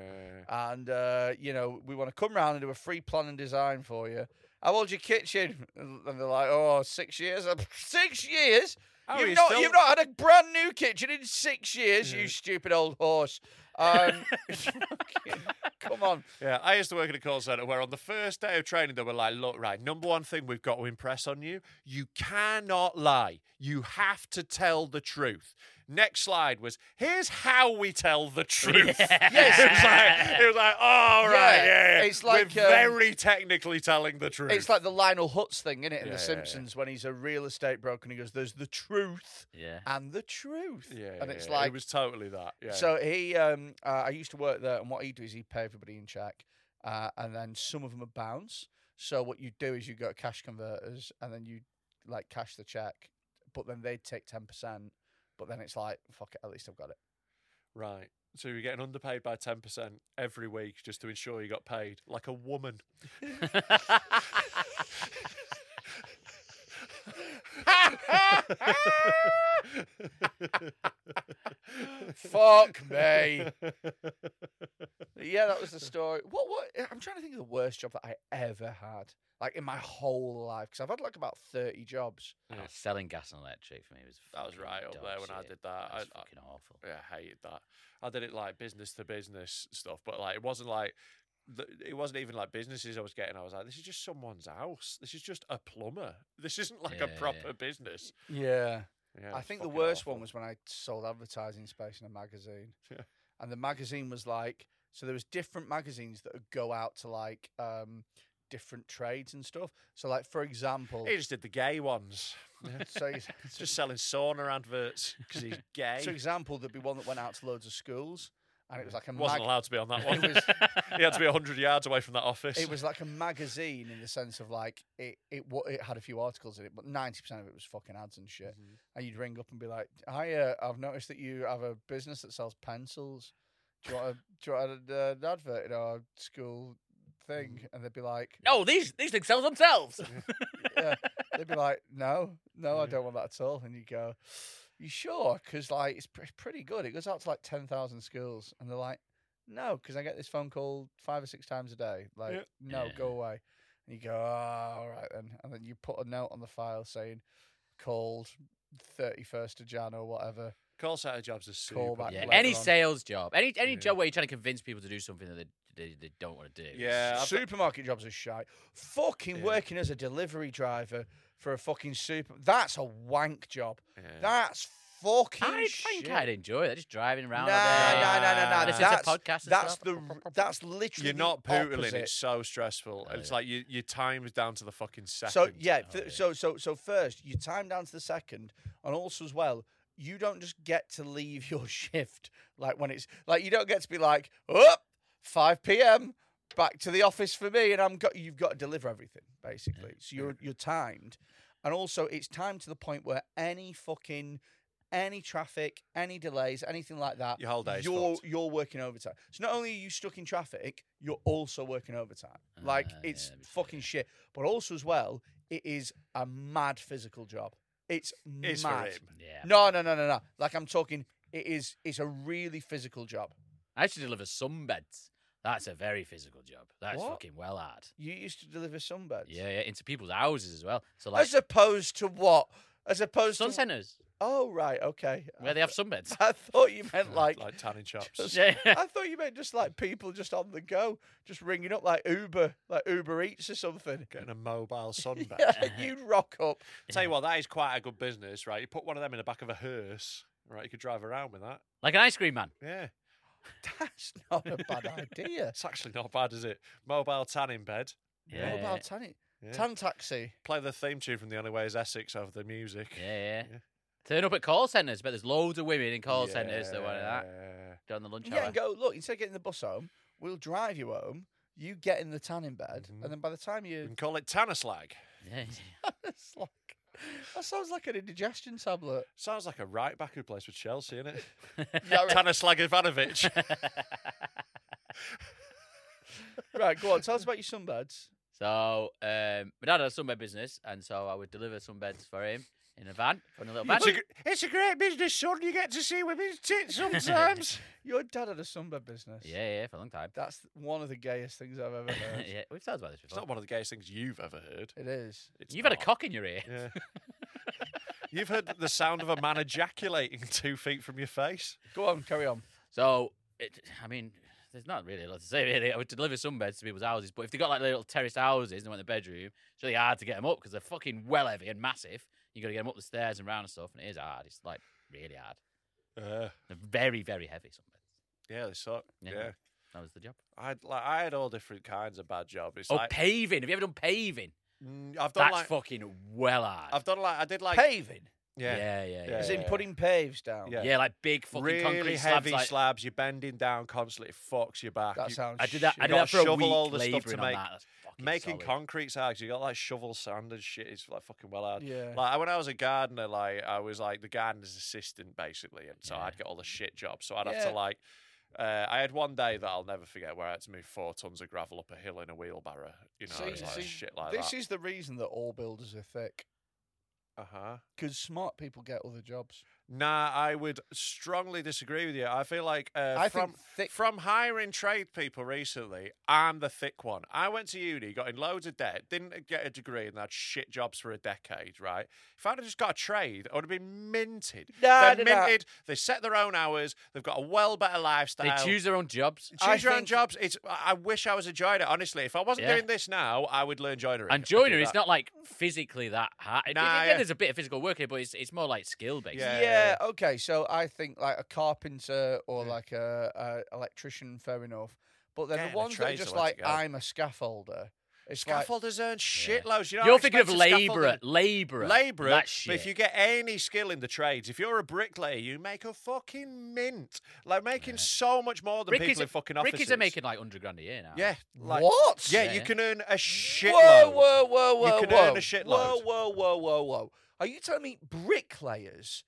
and uh, you know we want to come round and do a free plan and design for you." How old's your kitchen? And they're like, "Oh, six years." I'm, six years. Oh, you've you're not still- you've not had a brand new kitchen in six years, you stupid old horse. Um, fucking- come on. Yeah, I used to work in a call center where on the first day of training they were like, "Look, right, number one thing we've got to impress on you: you cannot lie. You have to tell the truth." Next slide was, "Here's how we tell the truth." yes, it was like, it was like, "All Yeah, right, yeah, yeah, it's like, we're um, very technically telling the truth." It's like the Lionel Hutz thing, is it, in Yeah, yeah, yeah. The Simpsons when he's a real estate broker and he goes, "There's the truth Yeah. Ah, and the truth," yeah, and yeah, it's yeah, like it was totally that. Yeah. so he, um, uh, I used to work there, and what he'd do is he'd pay everybody in check, uh, and then some of them would bounce. So what you'd do is you'd go to cash converters, and then you'd like cash the check, but then they'd take ten percent. But then it's like, fuck it, at least I've got it. right. So you're getting underpaid by ten percent every week just to ensure you got paid, like a woman. Fuck me. yeah, that was the story. What? What? eh, I'm trying to think of the worst job that I ever had, like in my whole life, because I've had like about thirty jobs. Oh, selling gas and electric for me was. That was fucking right up dog there when I shit. did that. That was I- I- fucking awful. Yeah, I hated that. I did it like business to business stuff, but like it wasn't like th- it wasn't even like businesses I was getting. I was like, this is just someone's house. This is just a plumber. This isn't like Yeah, a yeah, yeah. proper business. Yeah. Yeah, I it's think the fucking worst awful. one was when I sold advertising space in a magazine, Yeah. and the magazine was like, so there was different magazines that would go out to like um, different trades and stuff. So like for example, He just did the gay ones. so you- just selling sauna adverts because he's gay. so example, there'd be one that went out to loads of schools, and it was like a wasn't mag- allowed to be on that one. was- he had to be hundred yards away from that office. It was like a magazine in the sense of like it it wa- it had a few articles in it, but ninety percent of it was fucking ads and shit. And you'd ring up and be like, "Hi, uh, I've noticed that you have a business that sells pencils. Do you want, a, do you want a, uh, an advert in our school thing?" And they'd be like, No, these these things sell themselves. yeah. they'd be like, "No, no, I don't want that at all." And you go, "You sure? Because like it's pr- pretty good. It goes out to like ten thousand schools." And they're like, "No, because I get this phone call five or six times a day. Like, Yeah. no, Yeah. go away." And you go, "Ah, all right then." And then you put a note on the file saying, "Called." 31st of Jan or whatever. call center jobs are super. Call back yeah, later any on. sales job, any any job where you're trying to convince people to do something that they they, they don't want to do. is- Yeah, I've- Supermarket jobs are shite. Fucking working as a delivery driver for a fucking super. That's a wank job. That's fucking I shit. think I'd enjoy that. Just driving around. Nah, all day. nah, nah, nah, nah. Listen That's, to podcasts. and that's stuff. the that's literally You're the not pootling. opposite. It's so stressful. it's like you, your time is down to the fucking second. Oh, So yeah, f- so so so first you time down to the second, and also as well, you don't just get to leave your shift like when it's like you don't get to be like up five p.m. back to the office for me, and I'm got you've got to deliver everything basically. So you're you're timed, and also it's timed to the point where any fucking any traffic, any delays, anything like that, Your whole day's you're fucked. you're working overtime. So not only are you stuck in traffic, you're also working overtime. Like Ah, it's yeah, fucking shit. But also as well, it is a mad physical job. It's It's for mad. him. Yeah. No, no, no, no, no. Like I'm talking, it is. It's a really physical job. I used to deliver sunbeds. That's a very physical job. That's What? fucking well hard. You used to deliver sunbeds. Yeah, yeah, into people's houses as well. So like As opposed to what? As opposed sun to centres oh right, okay. where they have sunbeds. I thought you meant like. like, like tanning shops. just- Yeah. I thought you meant just like people just on the go, just ringing up like Uber, like Uber Eats or something. Getting a mobile sunbed. Yeah, you'd rock up. Tell you what, that is quite a good business, right? You put one of them in the back of a hearse, right? You could drive around with that. Like an ice cream man. Yeah. That's not a bad idea. It's actually not bad, is it? Mobile tanning bed. What yeah, about tan- Yeah. tan taxi? Play the theme tune from The Only Way is Essex over the music. yeah, yeah. Turn up at call centres, but there's loads of women in call centres that want that. Yeah. Go on the lunch Yeah, hour. and go, look, instead of getting the bus home, we'll drive you home. You get in the tanning bed, Mm-hmm. and then by the time We you. can call it tanner slag. Yeah, Mm. it's like. That sounds like an indigestion tablet. Sounds like a right back who plays for Chelsea, innit? Yeah, right. tanner slag Ivanovic. right, go on. Tell us about your sunbeds. So um, my dad had a sunbed business, and so I would deliver sunbeds for him in a van, in a little van. it's, a, gr- it's a great business, son. You get to see women's tits sometimes. Your dad had a sunbed business. Yeah, yeah, for a long time. That's one of the gayest things I've ever heard. yeah, we've talked about this it's before. not one of the gayest things you've ever heard. It is. It's You've had not. a cock in your ear. Yeah. You've heard the sound of a man ejaculating two feet from your face. Go on, carry on. So, it, I mean, there's not really a lot to say, really. I would deliver some beds to people's houses, but if they got like little terraced houses and they went in the bedroom, it's really hard to get them up because they're fucking well heavy and massive. you got to get them up the stairs and round and stuff, and it is hard. It's like really hard. Uh, They're very, very heavy, some beds. yeah, they suck. Yeah. Yeah. That was the job. I had like I had all different kinds of bad job. It's oh, like paving. Have you ever done paving? Mm, I've done That's like fucking well hard. I've done like I did like Paving. yeah Yeah, yeah, yeah. As yeah, in yeah. putting paves down. Yeah. yeah. like big fucking really concrete heavy slabs. Like, slabs. You're bending down constantly. It fucks your back. That you, sounds I did that. I shit. did that gotta for a shovel week. all the stuff labouring to on make- that. That's fucking Making solid. concrete sags, you got like shovel sand and shit. It's like fucking well hard. Yeah. Like when I was a gardener, like I was like the gardener's assistant basically, and so I'd get all the shit jobs. So I'd have Yeah. to like. Uh, I had one day that I'll never forget where I had to move four tons of gravel up a hill in a wheelbarrow. You know, See- it was like see, shit like this that. is the reason that all builders are thick. uh huh. Because smart people get other jobs. Nah, I would strongly disagree with you. I feel like uh, I from think thick- from hiring trade people recently, I'm the thick one. I went to uni, got in loads of debt, didn't get a degree, and had shit jobs for a decade. Right? If I'd have just got a trade, I would have been minted. Nah, They're nah, nah. minted. They set their own hours. They've got a well better They lifestyle. choose their own jobs. Choose I your own think- jobs. It's. I I wish I was a joiner. Honestly, if I wasn't Yeah. doing this now, I would learn joinery. I'd And do joiner is that. not like physically that hard. It- Nah, it- yeah, yeah. there's a bit of physical work here, but it's, it's more like skill based. Yeah. Yeah, okay. So I think like a carpenter Mm. or like a, a electrician, fair enough. But then Yeah, the the ones that are trades are just the way to like go. I'm a scaffolder. It's like Scaffolders earn shitloads. You know, You're how thinking of expensive scaffolding- labourer, labourer, labourer. That shit. But if you get any skill in the trades, if you're a bricklayer, you make a fucking mint. Like making so much more than brickies, people in fucking offices. brickies are making like hundred grand a year now. Yeah. Like, What? Yeah, Yeah, you yeah. can earn a shitload. whoa, whoa, whoa, whoa, can whoa, earn a whoa, shitload. whoa, whoa, whoa, whoa. Are you telling me bricklayers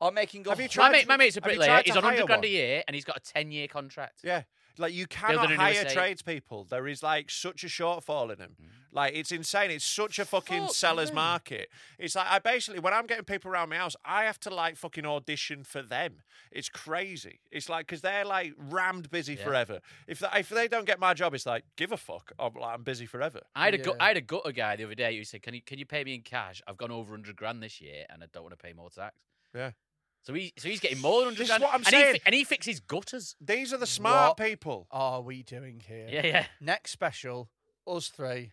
are making? Have you My tried mate, my mate's a Have you bricklayer. tried He's to on hire hundred grand one? a year, and he's got a ten-year contract. Yeah. Like you cannot an hire estate. tradespeople. There is like such a shortfall in Mm. them. Like it's insane. It's such a fucking seller's market. It's like I basically when I'm getting people around my house, I have to like fucking audition for them. It's crazy. It's like because they're like rammed busy forever. If they, if they don't get my job, it's like give a fuck. I'm, like, I'm busy forever. I had a gut, I had a gutter guy the other day who said, "Can you can you pay me in cash? I've gone over hundred grand this year, and I don't want to pay more tax." Yeah. So he so he's getting more than This hundred is grand. what I'm and, He, saying. fi- and he fixes gutters. These are the smart What? people. are we doing here? Yeah, yeah. Next special, us three,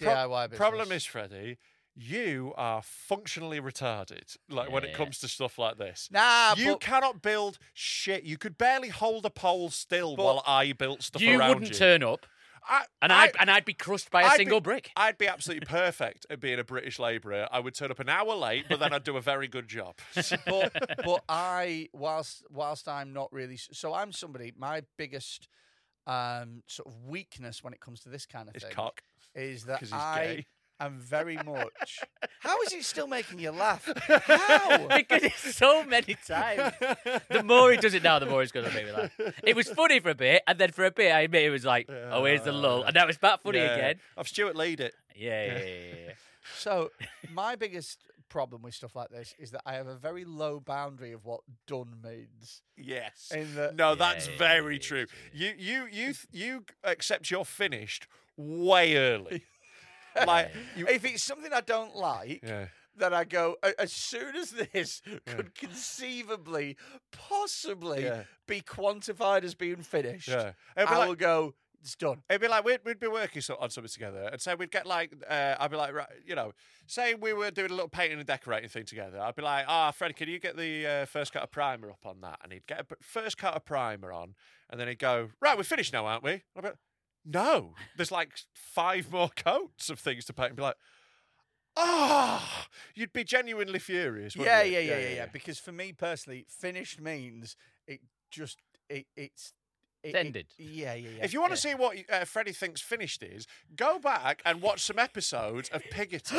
Pro- DIY business. Problem is, Freddie, you are functionally retarded. Like when it Yeah. comes to stuff like this. Uh, Nah, you but- cannot build shit. You could barely hold a pole still But while I built stuff you around wouldn't you. turn up, I, and I, I'd, and I'd be crushed by a I'd single be- brick. I'd be absolutely perfect at being a British labourer. I would turn up an hour late, but then I'd do a very good job. So- but but I whilst whilst I'm not really s- so I'm somebody my biggest um sort of weakness when it comes to this kind of It's thing cock. is that 'Cause he's I gay. am very much How is it still making you laugh? How? because it's so many times. The more he does it now, the more it's going to make me laugh. It was funny for a bit, and then for a bit, I admit it was like, oh, here's the lull, and now it's back funny uh, Yeah. again. I've Stuart Lead it. Yeah, yeah, yeah, yeah. So my biggest problem with stuff like this is that I have a very low boundary of what done means. Yes. In the- no, that's Yeah, very yeah, true. You you you th- you accept you're finished way early. like you, If it's something I don't like, yeah. then I go "A- as soon as this could conceivably, possibly Yeah. be quantified as being finished, Yeah. I It'd be like- will go. It's done. It'd be like we'd, we'd be working so, on something together, and say we'd get like uh, I'd be like right, you know, say we were doing a little painting and decorating thing together. I'd be like, ah, Fred, can you get the uh, first coat of primer up on that? And he'd get a p- first coat of primer on, and then he'd go, right, we're finished now, aren't we? And I'd be like, no, there's like five more coats of things to paint. And be like, ah, you'd be genuinely furious. wouldn't Yeah, you? yeah, yeah, yeah, yeah. Because for me personally, finished means it just it it's it, it- It's ended. yeah, yeah, yeah. If you want yeah. to see what uh, Freddie thinks finished is, go back and watch some episodes of Pigoted.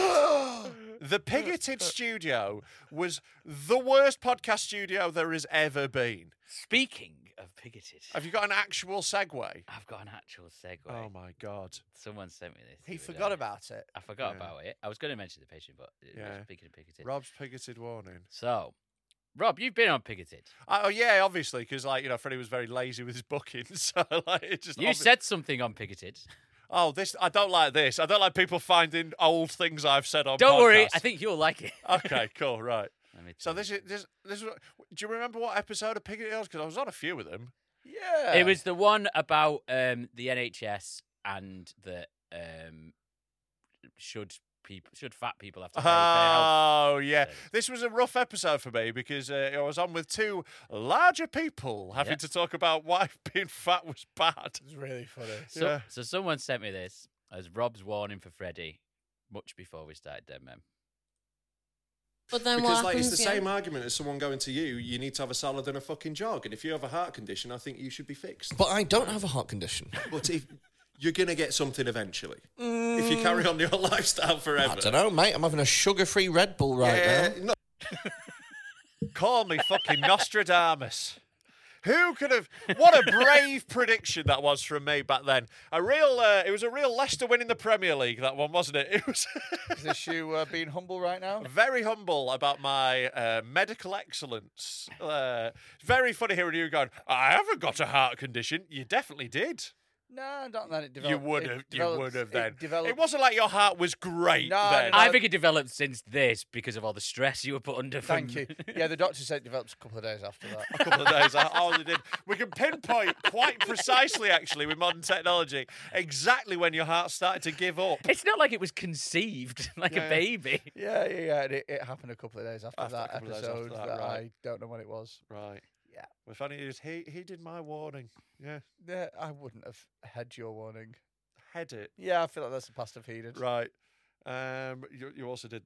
the Pigoted studio was the worst podcast studio there has ever been. Speaking of bigoted, Have you got an actual segue? I've got an actual segue. Oh my god! Someone sent me this. he the other forgot day. about it. I forgot Yeah. about it. I was going to mention the patient, but it was Yeah. speaking of bigoted. Rob's Pigoted warning. So, Rob, you've been on bigoted. Uh, oh yeah, obviously, because like you know, Freddie was very lazy with his booking, so like it just You obvi- said something on bigoted. "Oh, this I don't like this. I don't like people finding old things I've said on." Don't worry, I podcasts." think you'll like it. Okay, cool, right. Let me So tell this you. is this this. Was, do you remember what episode of Pigoted was? Because I was on a few of them. Yeah, It was the one about um, the NHS and the um, should people should fat people have to pay for health. Oh yeah, service. this was a rough episode for me because uh, I was on with two larger people having Yeah. to talk about why being fat was bad. It's really funny. So, yeah. so someone sent me this as Rob's warning for Freddie, much before we started Dead Men. But then Because what like happens? it's the yeah? same argument as someone going to you, you need to have a salad and a fucking jog. And if you have a heart condition, I think you should be fixed. But I don't have a heart condition. But if you're gonna get something eventually. Mm. If you carry on your lifestyle forever. I don't know, mate. I'm having a sugar-free Red Bull right Yeah, now. no, Eh, Call me fucking Nostradamus. Who could have? What a brave prediction that was from me back then. A real, uh, it was a real Leicester winning the Premier League. That one wasn't it? It was Is this you uh, being humble right now? very humble about my uh, medical excellence. Uh, it's very funny hearing you going. I haven't got a heart condition. You definitely did. No, not that it developed. You would it have. You developed- would have it then. It, developed- wasn't like your heart was great No, then. no, I Uh, think it developed since this because of all the stress you were put under. From... Thank you. Yeah, the doctor said it developed a couple of days after that. A couple of days. I hardly did. We can pinpoint quite precisely, actually, with modern technology, exactly when your heart started to give up. It's not like it was conceived like Yeah, yeah. a baby. Yeah, yeah, yeah. and It, it happened a couple of days after, After a that couple of days after episode. that, that right. I don't know when it was. Right. Yeah. Well, funny is he he did my warning. Yeah. Yeah, I wouldn't have had your warning. Head it. Yeah, I feel like that's the past of heated. Right. Um. You you also did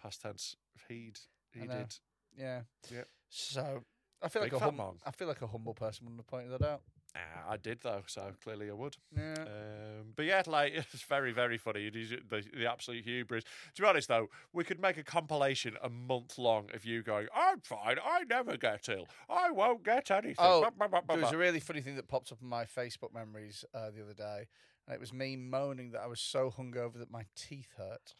past tense. He'd he I know. did. Yeah. Yep. So I feel Big like a fat hum- man. I feel like a humble person wouldn't have pointed that out. Ah, I did though, so clearly I would. Yeah. Um, but yeah, like it's very, very funny. It is the, the absolute hubris. To be honest, though, we could make a compilation a month long of you going, "I'm fine. I never get ill. I won't get anything." Oh, Bah, bah, bah, bah, there was bah." a really funny thing that popped up in my Facebook memories uh, the other day, and it was me moaning that I was so hungover that my teeth hurt.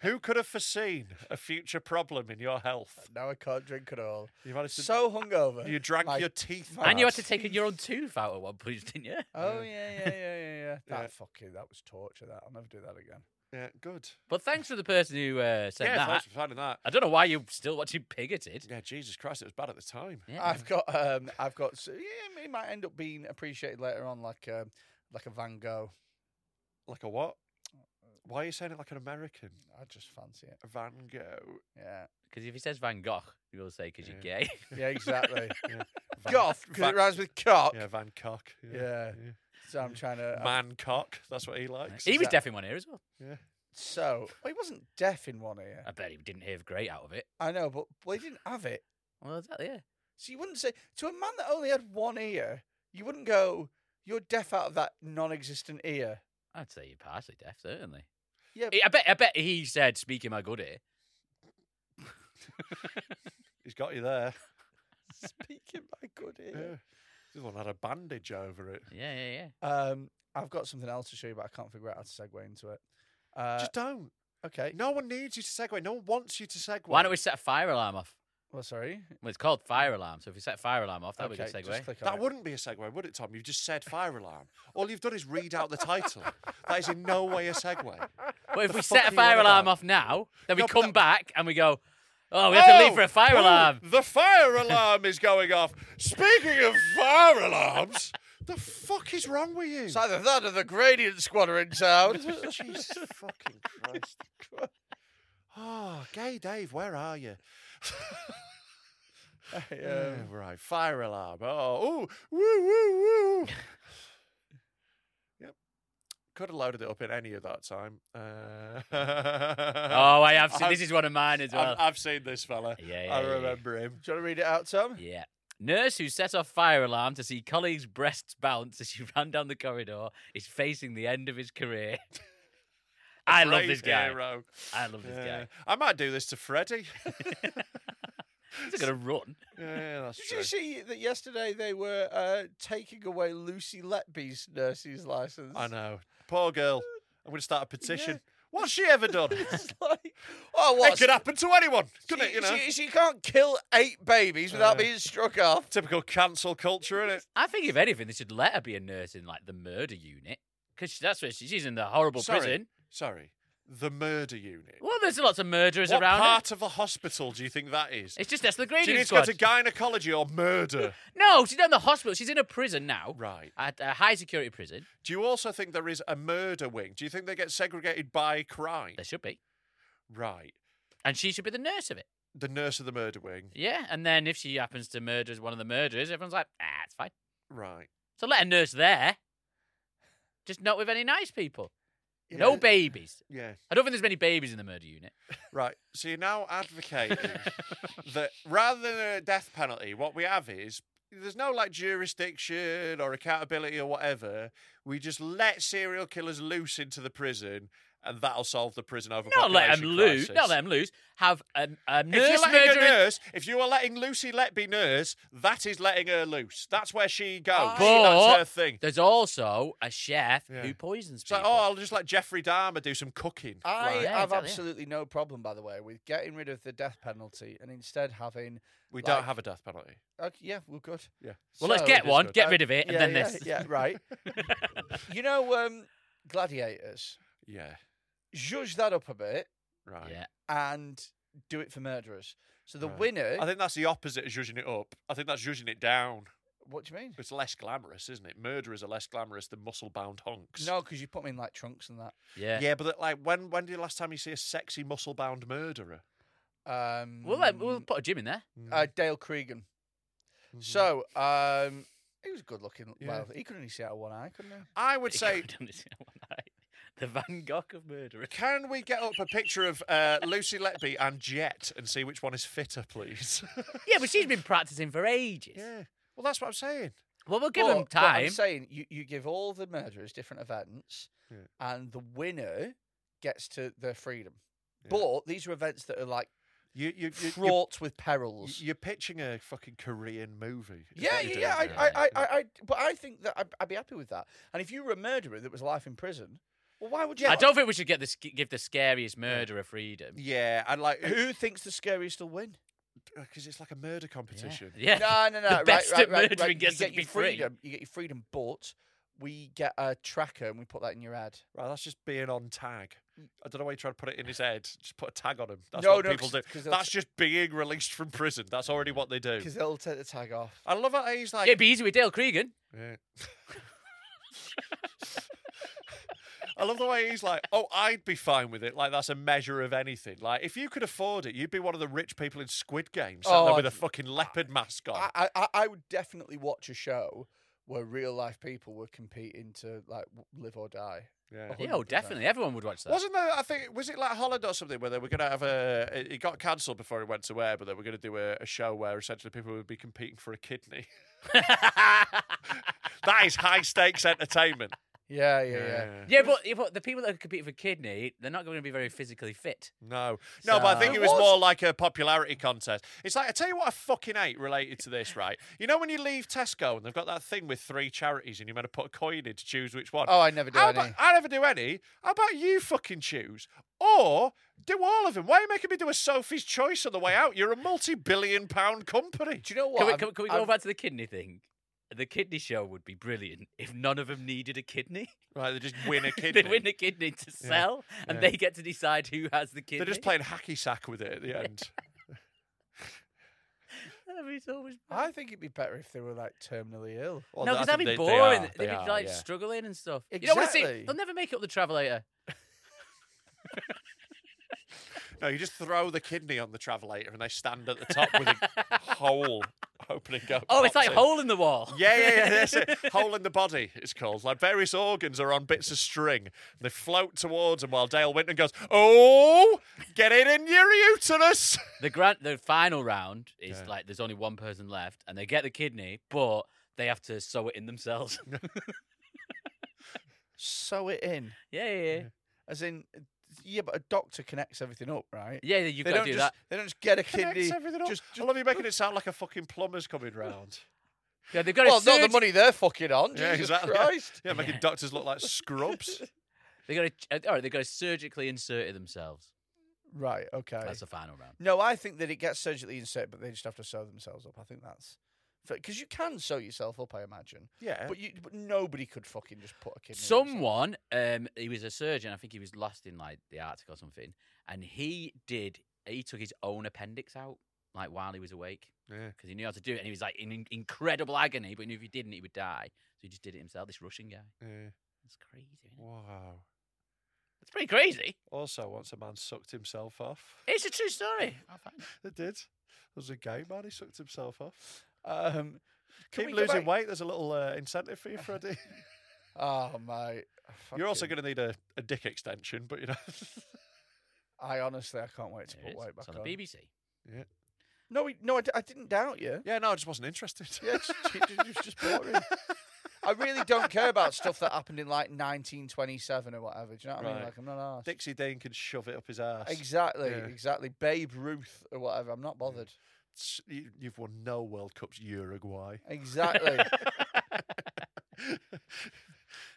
Who could have foreseen a future problem in your health? Now I can't drink at all. You managed to- So hungover. You drank my- your teeth, my- And you had to out. take your own tooth out at one point, didn't you? Oh yeah, yeah, yeah, yeah, yeah. That Yeah. fucking that was torture. That I'll never do that again. Yeah, good. But thanks to the person who uh, said yeah, that. Uh, thanks for finding that. I don't know why you're still watching Pigoted. Yeah, Jesus Christ, it was bad at the time. I've got, um, I've got. s- Yeah, it might end up being appreciated later on, like, um, like a Van Gogh. Like a what? Why are you saying it like an American? I just fancy it. Van Gogh. Yeah. Because if he says Van Gogh, you'll say because you're Yeah. gay. Yeah, exactly. Yeah. Goth, because Van- it rhymes with cock. Yeah, Van Cock. Yeah. So I'm trying to. uh, Man cock. That's what he likes. Uh, he was Exact- deaf in one ear as well. Yeah. So well, he wasn't deaf in one ear. I bet he didn't hear great out of it. I know, but well, he didn't have it. Well, exactly, yeah. So you wouldn't say to a man that only had one ear, you wouldn't go, "You're deaf out of that non-existent ear." I'd say you're partially deaf, certainly. Yeah, I bet. I bet he said, "Speaking my good ear." He's got you there. speaking my good Yeah. ear. This one had a bandage over it. Yeah, yeah, yeah. Um, I've got something else to show you, but I can't figure out how to segue into it. Uh, Just don't. okay. No one needs you to segue. No one wants you to segue. Why don't we set a fire alarm off? Well, sorry. Well, it's called fire alarm, so if we set fire alarm off, that'd okay, be a good just segue. click on That it. wouldn't be a segue, would it, Tom? You've just said fire alarm. All you've done is read out the title. that is in no way a segue. But if The we set fuck a you fire on alarm about? off now, then we No, but come that- back and we go, "Oh, we have to leave Oh, for a fire oh, alarm." The fire alarm is going off. Speaking of fire alarms, the fuck is wrong with you? It's either that or the gradient squadron's Oh, out. Jesus fucking Christ. Oh, gay Dave, where are you? Yeah, um, right. Fire alarm. Oh, ooh, woo, woo, woo. yep. Could have loaded it up in any of that time. Uh... Oh, oh, I have. Seen, this is one of mine as well. I've, I've seen this fella. Yeah, yeah, I yeah, yeah. remember him. Do you want to read it out, Tom? Yeah. Nurse who set off fire alarm to see colleague's breasts bounce as she ran down the corridor is facing the end of his career. I love Great this guy. Hero. I love this Yeah. guy. I might do this to Freddie. He's going to run. yeah, that's Did true. you see that yesterday they were uh, taking away Lucy Letby's nurse's license? I know. Poor girl. I'm going to start a petition. Yeah. What's she ever done? It's like, oh, what? it could happen to anyone, couldn't she, it? You know, she, she can't kill eight babies without Uh, being struck off. typical cancel culture, isn't it? I think, if anything, they should let her be a nurse in like the murder unit because that's where she, she's in the horrible Sorry, prison. sorry. The murder unit. Well, there's lots of murderers what around. her. part of a hospital do you think that is? It's just that's the do you gradient need squad. to go to gynecology or murder? no, she's not in the hospital. She's in a prison now. Right. At a high security prison. do you also think there is a murder wing? Do you think they get segregated by crime? There should be, Right. and she should be the nurse of it. The nurse of the murder wing. Yeah, and then if she happens to murder as one of the murderers, everyone's like, ah, it's fine. Right. So let a nurse there. Just not with any nice people. You no know- babies. Yeah. I don't think there's many babies in the murder unit. Right. So you're now advocating that rather than a death penalty, what we have is there's no like jurisdiction or accountability or whatever. We just let serial killers loose into the prison, and that'll solve the prison overpopulation Not let them lose. crisis. Not let them lose. Have a, a If nurse you're letting a murdering. nurse, if you are letting Lucy Letby nurse, that is letting her loose. That's where she goes. But That's her thing. There's also a chef Yeah. who poisons It's like, people. oh, I'll just let Jeffrey Dahmer do some cooking. I Right. Yeah, have exactly, yeah. absolutely no problem, by the way, with getting rid of the death penalty and instead having. We like- don't have a death penalty. Okay, yeah, we're good. Yeah. well, let's So- get one, good. get Uh, rid of it, and yeah, then yeah, this. Yeah, right. you know, um, gladiators. Yeah. Zhuzh that up a bit Right. Yeah. and do it for murderers. So the Right. winner. I think that's the opposite of judging it up. I think that's judging it down. what do you mean? It's less glamorous, isn't it? Murderers are less glamorous than muscle bound honks. No, because you put them in like trunks and that. Yeah. Yeah, but like when when did the last time you see a sexy muscle bound murderer? Um, We'll, let, we'll put a gym in there. uh, mm. Dale Cregan. So um, he was good looking. Mm-hmm. Yeah. Well, he could only see out of one eye, couldn't he? I would say the Van Gogh of murderers. can we get up a picture of uh, Lucy Letby and Jet and see which one is fitter, please? Yeah, but she's been practicing for ages. yeah. Well, that's what I'm saying. Well, we'll give But- them but I'm time. saying you, you give all the murderers different events, Yeah. and the winner gets to their freedom. But these are events that are like You you you you're, fraught with perils. you're pitching a fucking Korean movie. is yeah, what yeah, you're yeah. doing I, here. I, I, I, I, but I think that I'd, I'd be happy with that. And if you were a murderer that was life in prison, well, why would you? I don't think we should get the, sc- give the scariest murderer freedom. yeah, and like Who thinks the scariest will win? because it's like a murder competition. Yeah. No, no, no. The right, best right, at right, murdering right. gets you to get your be free. freedom. You get your freedom, but we get a tracker and we put that in your ad. Right, that's just being on tag. I don't know why you try to put it in his head. Just put a tag on him. That's Mm. No, what no, people 'cause- do. 'cause they'll That's t- just being released from prison. That's already what they do. Because they'll take the tag off. Oh, I love how he's like. It'd be easy with Dale Cregan. Yeah. I love the way he's like, oh, I'd be fine with it. Like, that's a measure of anything. Like, if you could afford it, you'd be one of the rich people in Squid Game, sat there Oh, with a fucking leopard mask on. I, I, I would definitely watch a show where real life people were competing to like w- live or die. Yeah. Yeah, oh, 100%. definitely. Everyone would watch that. Wasn't there? I think was it like Holland or something where they were going to have a. It it got cancelled before it went to air, but they were going to do a, a show where essentially people would be competing for a kidney. that is high stakes entertainment. Yeah, yeah, yeah. Yeah, but, yeah, but the people that are competing for kidney, they're not going to be very physically fit. No, no, but I think So- it was, It was- more like a popularity contest. It's like I tell you what, I fucking hate related to this, right? You know when you leave Tesco and they've got that thing with three charities and you're meant to put a coin in to choose which one. Oh, I never do How any. about- I never do any. How about you fucking choose or do all of them? Why are you making me do a Sophie's Choice on the way out? You're a multi-billion-pound company. Do you know what? Can we, I'm- can, we- can we I'm- go back to the kidney thing? The kidney show would be brilliant if none of them needed a kidney. Right, they just win a kidney. they win a kidney to Yeah, sell, and yeah. they get to decide who has the kidney. They're just playing hacky sack with it at the end. That'd be so much better. I think it'd be better if they were like terminally ill. Well, no, I because that'd be think they- they boring. are, They, they would are, be like yeah. struggling and stuff. You don't want to see. Exactly. They'll never make it up the travelator. No, you just throw the kidney on the travelator and they stand at the top with a hole opening up. Oh, it's like in. hole in the wall. Yeah, yeah, yeah. That's it. Hole in the body, it's called. Like various organs are on bits of string. They float towards him while Dale Winton goes, Oh, get it in your uterus. The grant, the final round is Yeah. like there's only one person left, and they get the kidney, but they have to sew it in themselves. Sew it in, yeah, yeah, yeah. as in, yeah, but a doctor connects everything up, right? Yeah, you've they got to don't do just, that. They don't just get a Connects kidney. everything up. Just, I love you making it sound like a fucking plumber's coming round. Yeah, they've got well, to not the surg- money they're fucking on. yeah, Jesus exactly. Christ. Yeah, making Yeah. doctors look like scrubs. They got to, uh, all right, they got to surgically insert it themselves. Right. Okay. That's the final round. No, I think that it gets surgically inserted, but they just have to sew themselves up. I think that's because you can sew yourself up, I imagine. Yeah. But you, but nobody could fucking just put a kidney. in themselves. Someone, um, he was a surgeon. I think he was lost in like the Arctic or something, and he did. He took his own appendix out, like while he was awake, Yeah. because he knew how to do it, and he was like in in- incredible agony. But he knew if he didn't, he would die. So he just did it himself. This Russian guy. yeah. That's crazy. Isn't it? Wow. It's pretty crazy. Also, once a man sucked himself off. It's a true story. It did. There was a gay man who sucked himself off. Um, can Keep we go losing back- weight. There's a little uh, incentive for you, Freddie. Oh mate. You're also Fucking- going to need a, a dick extension, but you know. I honestly, I can't wait to There it put is. weight back it's on on. the BBC. yeah. No, we- no, I, d- I didn't doubt you. Yeah, no, I just wasn't interested. Yeah, it's just, it was just boring. I really don't care about stuff that happened in like 1927 or whatever. Do you know what I mean? Right. Like I'm not asked. Dixie Dane can shove it up his ass. Exactly, Yeah. exactly. Babe Ruth or whatever. I'm not bothered. S- you- You've won no World Cups, Uruguay. Exactly.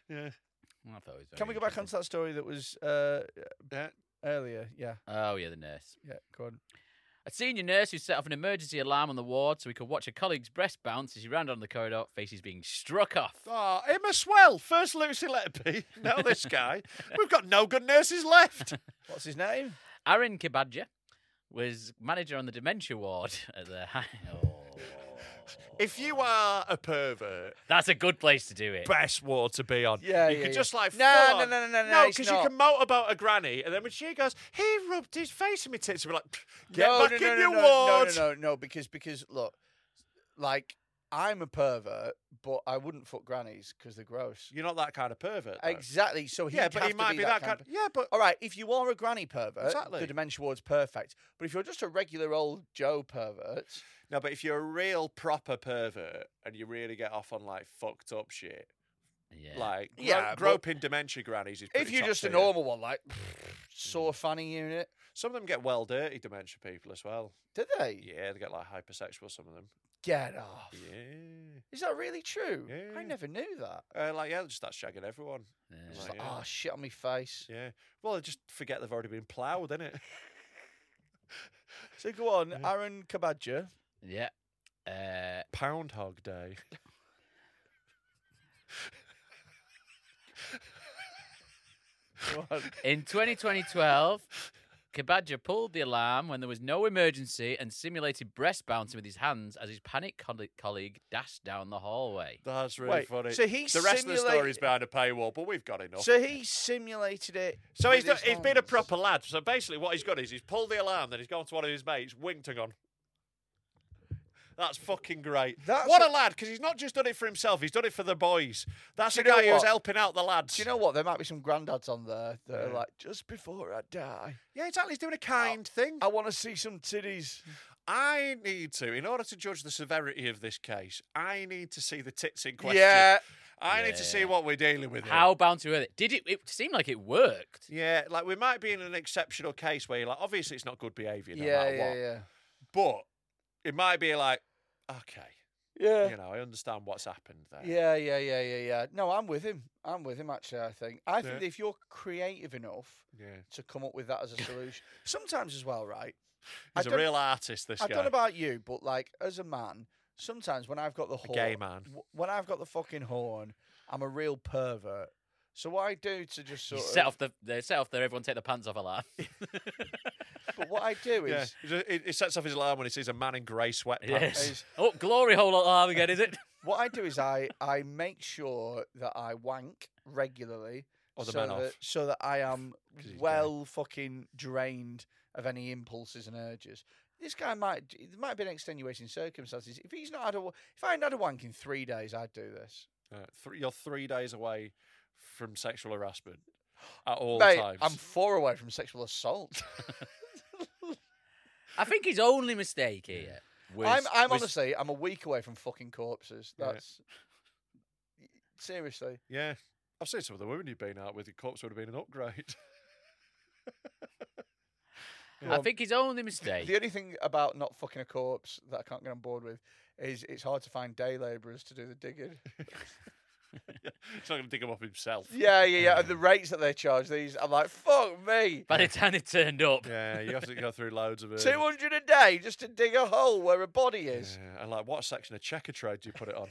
yeah. Well, I thought it was Can we go very back onto interesting. that story that was uh, yeah. earlier? Yeah, Oh yeah, the nurse. yeah. Go on. A senior nurse who set off an emergency alarm on the ward so he could watch a colleague's breast bounce as he ran down the corridor, faces being struck off. Oh, him as well. First Lucy Letterby, now this guy. We've got no good nurses left. What's his name? Aaron Kibadja was manager on the dementia ward at the. oh, If you are a pervert, that's a good place to do it. best war to be on. Yeah, you yeah, could yeah. just like No, full no, on- no, no, no, no, it's you not. can moat about a granny, and then when she goes, he rubbed his face in my tits, and we're like, get no, back no, in no, no, your no, ward. No, no, no, no. Because because look, like I'm a pervert, but I wouldn't fuck grannies because they're gross. You're not that kind of pervert. though. Exactly. So he Yeah, but have he to might be be that, that kind. of- Yeah, but All right, if you are a granny pervert, Exactly. the dementia ward's perfect. But if you're just a regular old Joe pervert, no, but if you're a real proper pervert and you really get off on like fucked up shit, Yeah. like gro- Yeah, but- groping dementia grannies is. if pretty you're top just a tier. normal one, like sore fanny unit, some of them get well dirty dementia people as well. do they? Yeah, they get like hypersexual. Some of them. Get off. Yeah. Is that really true? Yeah. I never knew that. Uh, like yeah, just start shagging everyone. Yeah. Just Right, like, yeah. oh, shit on me face. Yeah. Well, they just forget they've already been ploughed, innit? So go on, Aaron Kabadja. Yeah. Uh, Pound Hog Day. in 2020 12, Kabadja pulled the alarm when there was no emergency and simulated breast bouncing with his hands as his panicked coll- colleague dashed down the hallway. That's really Wait, funny. so he the rest of the simulate- story's behind a paywall, but we've got enough. So he simulated it. So he's, with done, his he's been a hands. proper lad. So basically, what he's got is he's pulled the alarm, then he's gone to one of his mates, winked and gone. That's fucking great. That's what a- a, lad, because he's not just done it for himself, he's done it for the boys. That's Do a you know guy who's what? helping out the lads. Do you know what? There might be some granddads on there that are Yeah. like, just before I die, Yeah, exactly. He's doing a kind thing. I want to see some titties. Oh, I need to, in order to judge the severity of this case, I need to see the tits in question. Yeah. I need to see Yeah. what we're dealing with. here. How bound to earth? it- Did it? It seemed like it worked. Yeah, like we might be in an exceptional case where you're like, obviously it's not good behaviour, no yeah, matter yeah, what. yeah, But it might be like, okay, yeah. you know, I understand what's happened there. Yeah, yeah, yeah, yeah, yeah. No, I'm with him. I'm with him. Actually, I think. I think Yeah. if you're creative enough Yeah. to come up with that as a solution, sometimes as well, right? He's a don't- real artist, this I guy. don't know about you, but like as a man, sometimes when I've got the A horn, gay man. w- when I've got the fucking horn, I'm a real pervert. So what I do to just You sort set of, off the they set off there. Everyone take the pants off alarm. but what I do yeah. is, He ju- He, he sets off his alarm when he sees a man in grey sweatpants. yes. Oh, glory hole alarm again, is it? what I do is I I make sure that I wank regularly, Or the so men that off. so that I am 'Cause he's gay. well fucking drained of any impulses and urges. This guy might there might be an extenuating circumstances. If he's not had a wa- if I hadn't had a wank in three days, I'd do this. Uh, three, you're three days away from sexual harassment at all Mate, times. I'm four away from sexual assault. I think his only mistake here was. I'm, I'm was- honestly, I'm a week away from fucking corpses. Yeah. That's seriously. yeah. I've seen some of the women you've been out with. Your corpse would have been an upgrade. I think his only mistake. The only thing about not fucking a corpse that I can't get on board with is it's hard to find day labourers to do the digging. He's not going to dig them up himself. yeah, yeah, yeah. And the rates that they charge these, I'm like, fuck me. by the time it turned up, Yeah, you have to go through loads of it. Two hundred a day just to dig a hole where a body is. Yeah, and like, what section of checker trade do you put it on?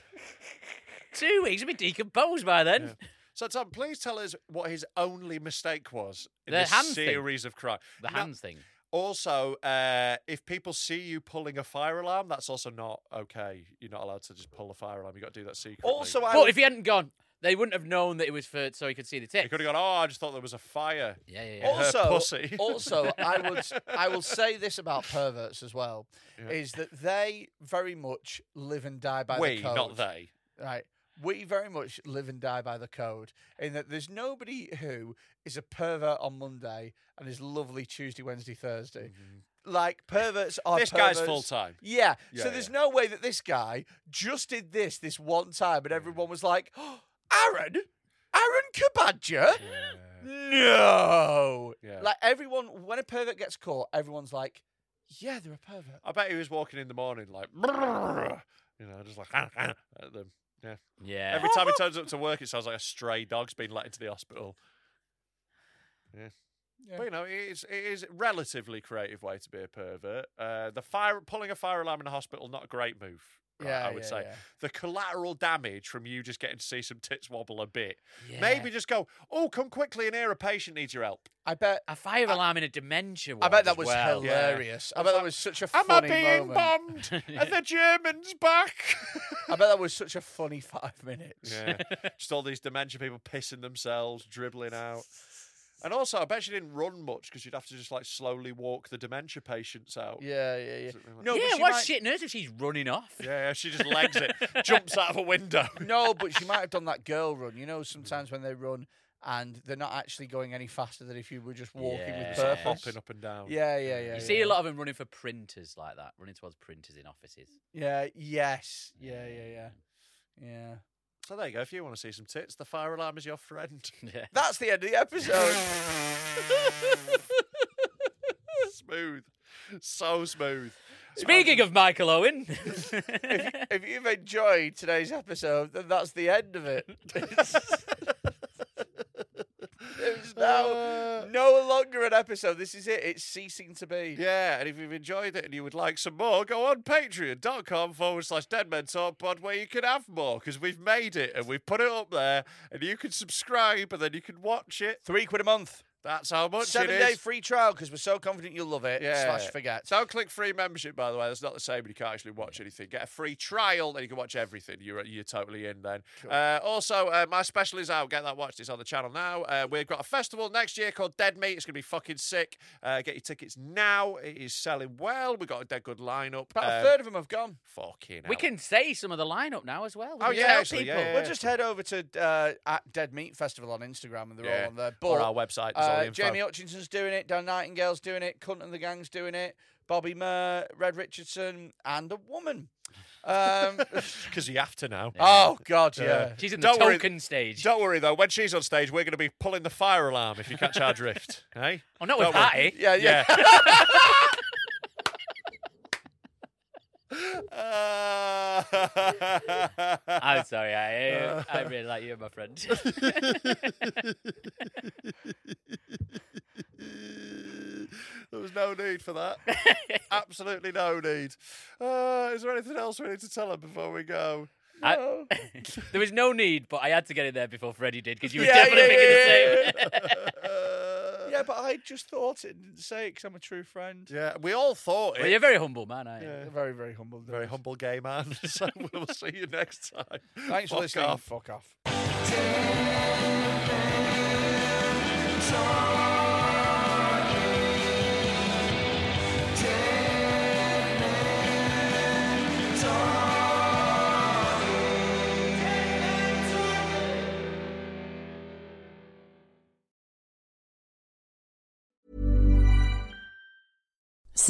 two weeks would be decomposed by then. Yeah. So, Tom, please tell us what his only mistake was in The this hand thing. series of crime. The No- hands thing. Also, uh, if people see you pulling a fire alarm, that's also not okay. You're not allowed to just pull a fire alarm. You got to do that secretly. Also, I But would- if he hadn't gone, they wouldn't have known that it was for so he could see the you tip. could have gone. Oh, I just thought there was a fire. Yeah, yeah, yeah. her also, pussy. also, I would I will say this about perverts as well, is that they very much live and die by we, the code. not they. Right. We very much live and die by the code in that there's nobody who is a pervert on Monday and is lovely Tuesday, Wednesday, Thursday. Like perverts are Mm-hmm. This guy's perverts. full-time. Yeah. Yeah, so yeah. there's no way that this guy just did this this one time and everyone was like, oh, Aaron, Aaron Kabadja. No. Yeah. Like everyone, when a pervert gets caught, everyone's like, yeah, they're a pervert. I bet he was walking in the morning like, "Brrr," you know, just like at them. Yeah. yeah. Every time he turns up to work, it sounds like a stray dog's been let into the hospital. Yeah. Yeah. But you know, it is, it is a relatively creative way to be a pervert. Uh, the fire pulling a fire alarm in a hospital, not a great move. right, Yeah, I would yeah, say yeah. the collateral damage from you just getting to see some tits wobble a bit. Yeah. Maybe just go, oh, come quickly in here, a patient needs your help. I bet. a fire alarm in a dementia. I ward bet as that was well. Yeah. hilarious. I bet that was such a Am funny I being moment. bombed? Are the Germans back? I bet that was such a funny five minutes. Yeah. Just all these dementia people pissing themselves, dribbling out. And also, I bet she didn't run much because you'd have to just like slowly walk the dementia patients out. Yeah, yeah, yeah. Something like No, yeah, but she what might, shit nurse if she's running off? Yeah, yeah, she just legs it, jumps out of a window. No, but she might have done that girl run. You know, sometimes when they run and they're not actually going any faster than if you were just walking Yeah. with Sort of purpose. Hopping up and down. Yeah, yeah, yeah. You yeah. see a lot of them running for printers like that, running towards printers in offices. Yeah. Yes. Yeah. Yeah. Yeah. Yeah. So there you go. If you want to see some tits, the fire alarm is your friend. Yeah. That's the end of the episode. smooth. So smooth. Speaking of Michael Owen, if you've enjoyed today's episode, then that's the end of it. There's now no longer an episode. This is it. It's ceasing to be. Yeah, and if you've enjoyed it and you would like some more, go on patreon.com forward slash dead men talk pod where you can have more because we've made it and we've put it up there and you can subscribe and then you can watch it. Three quid a month. That's how much Seven it day is. free trial because we're so confident you'll love it. Uh, Slash forget. Don't click free membership, by the way. That's not the same. You can't actually watch anything. Get a free trial, then you can watch everything. You're you're totally in then. Uh, also, uh, my special is out. Get that watched. It's on the channel now. Uh, we've got a festival next year called Dead Meat. It's going to be fucking sick. Uh, get your tickets now. It is selling well. We've got a dead good lineup. About a Um, third of them have gone. Fucking We hell. can say some of the lineup now as well. Oh, We yeah, tell actually, yeah, people. yeah, We'll just head over to uh, at Dead Meat Festival on Instagram and they're Yeah. all on there. But, Or our website, there's all the Uh, info. Jamie Hutchinson's doing it. Dan Nightingale's doing it. Cunt and the Gang's doing it. Bobby Murr, Red Richardson, and a woman. Um, Because you have to now. Oh God, yeah. She's in the Don't worry- token stage. Don't worry though. When she's on stage, we're going to be pulling the fire alarm if you catch our drift, eh? Oh, not with Don't worry. Hattie. Yeah, yeah. Uh, I'm sorry. I, I really like you, my friend. there was no need for that. Absolutely no need. Uh, is there anything else we need to tell them before we go? I- there was no need, but I had to get in there before Freddie did because you were Yeah, definitely yeah, thinking yeah, the same. yeah, but I just thought it and didn't say it because I'm a true friend. Yeah, we all thought well, it. you're a very humble man, aren't you? Very, very humble. Very humble gay man. so we'll see you next time. Thanks Fuck for listening. off. Fuck off.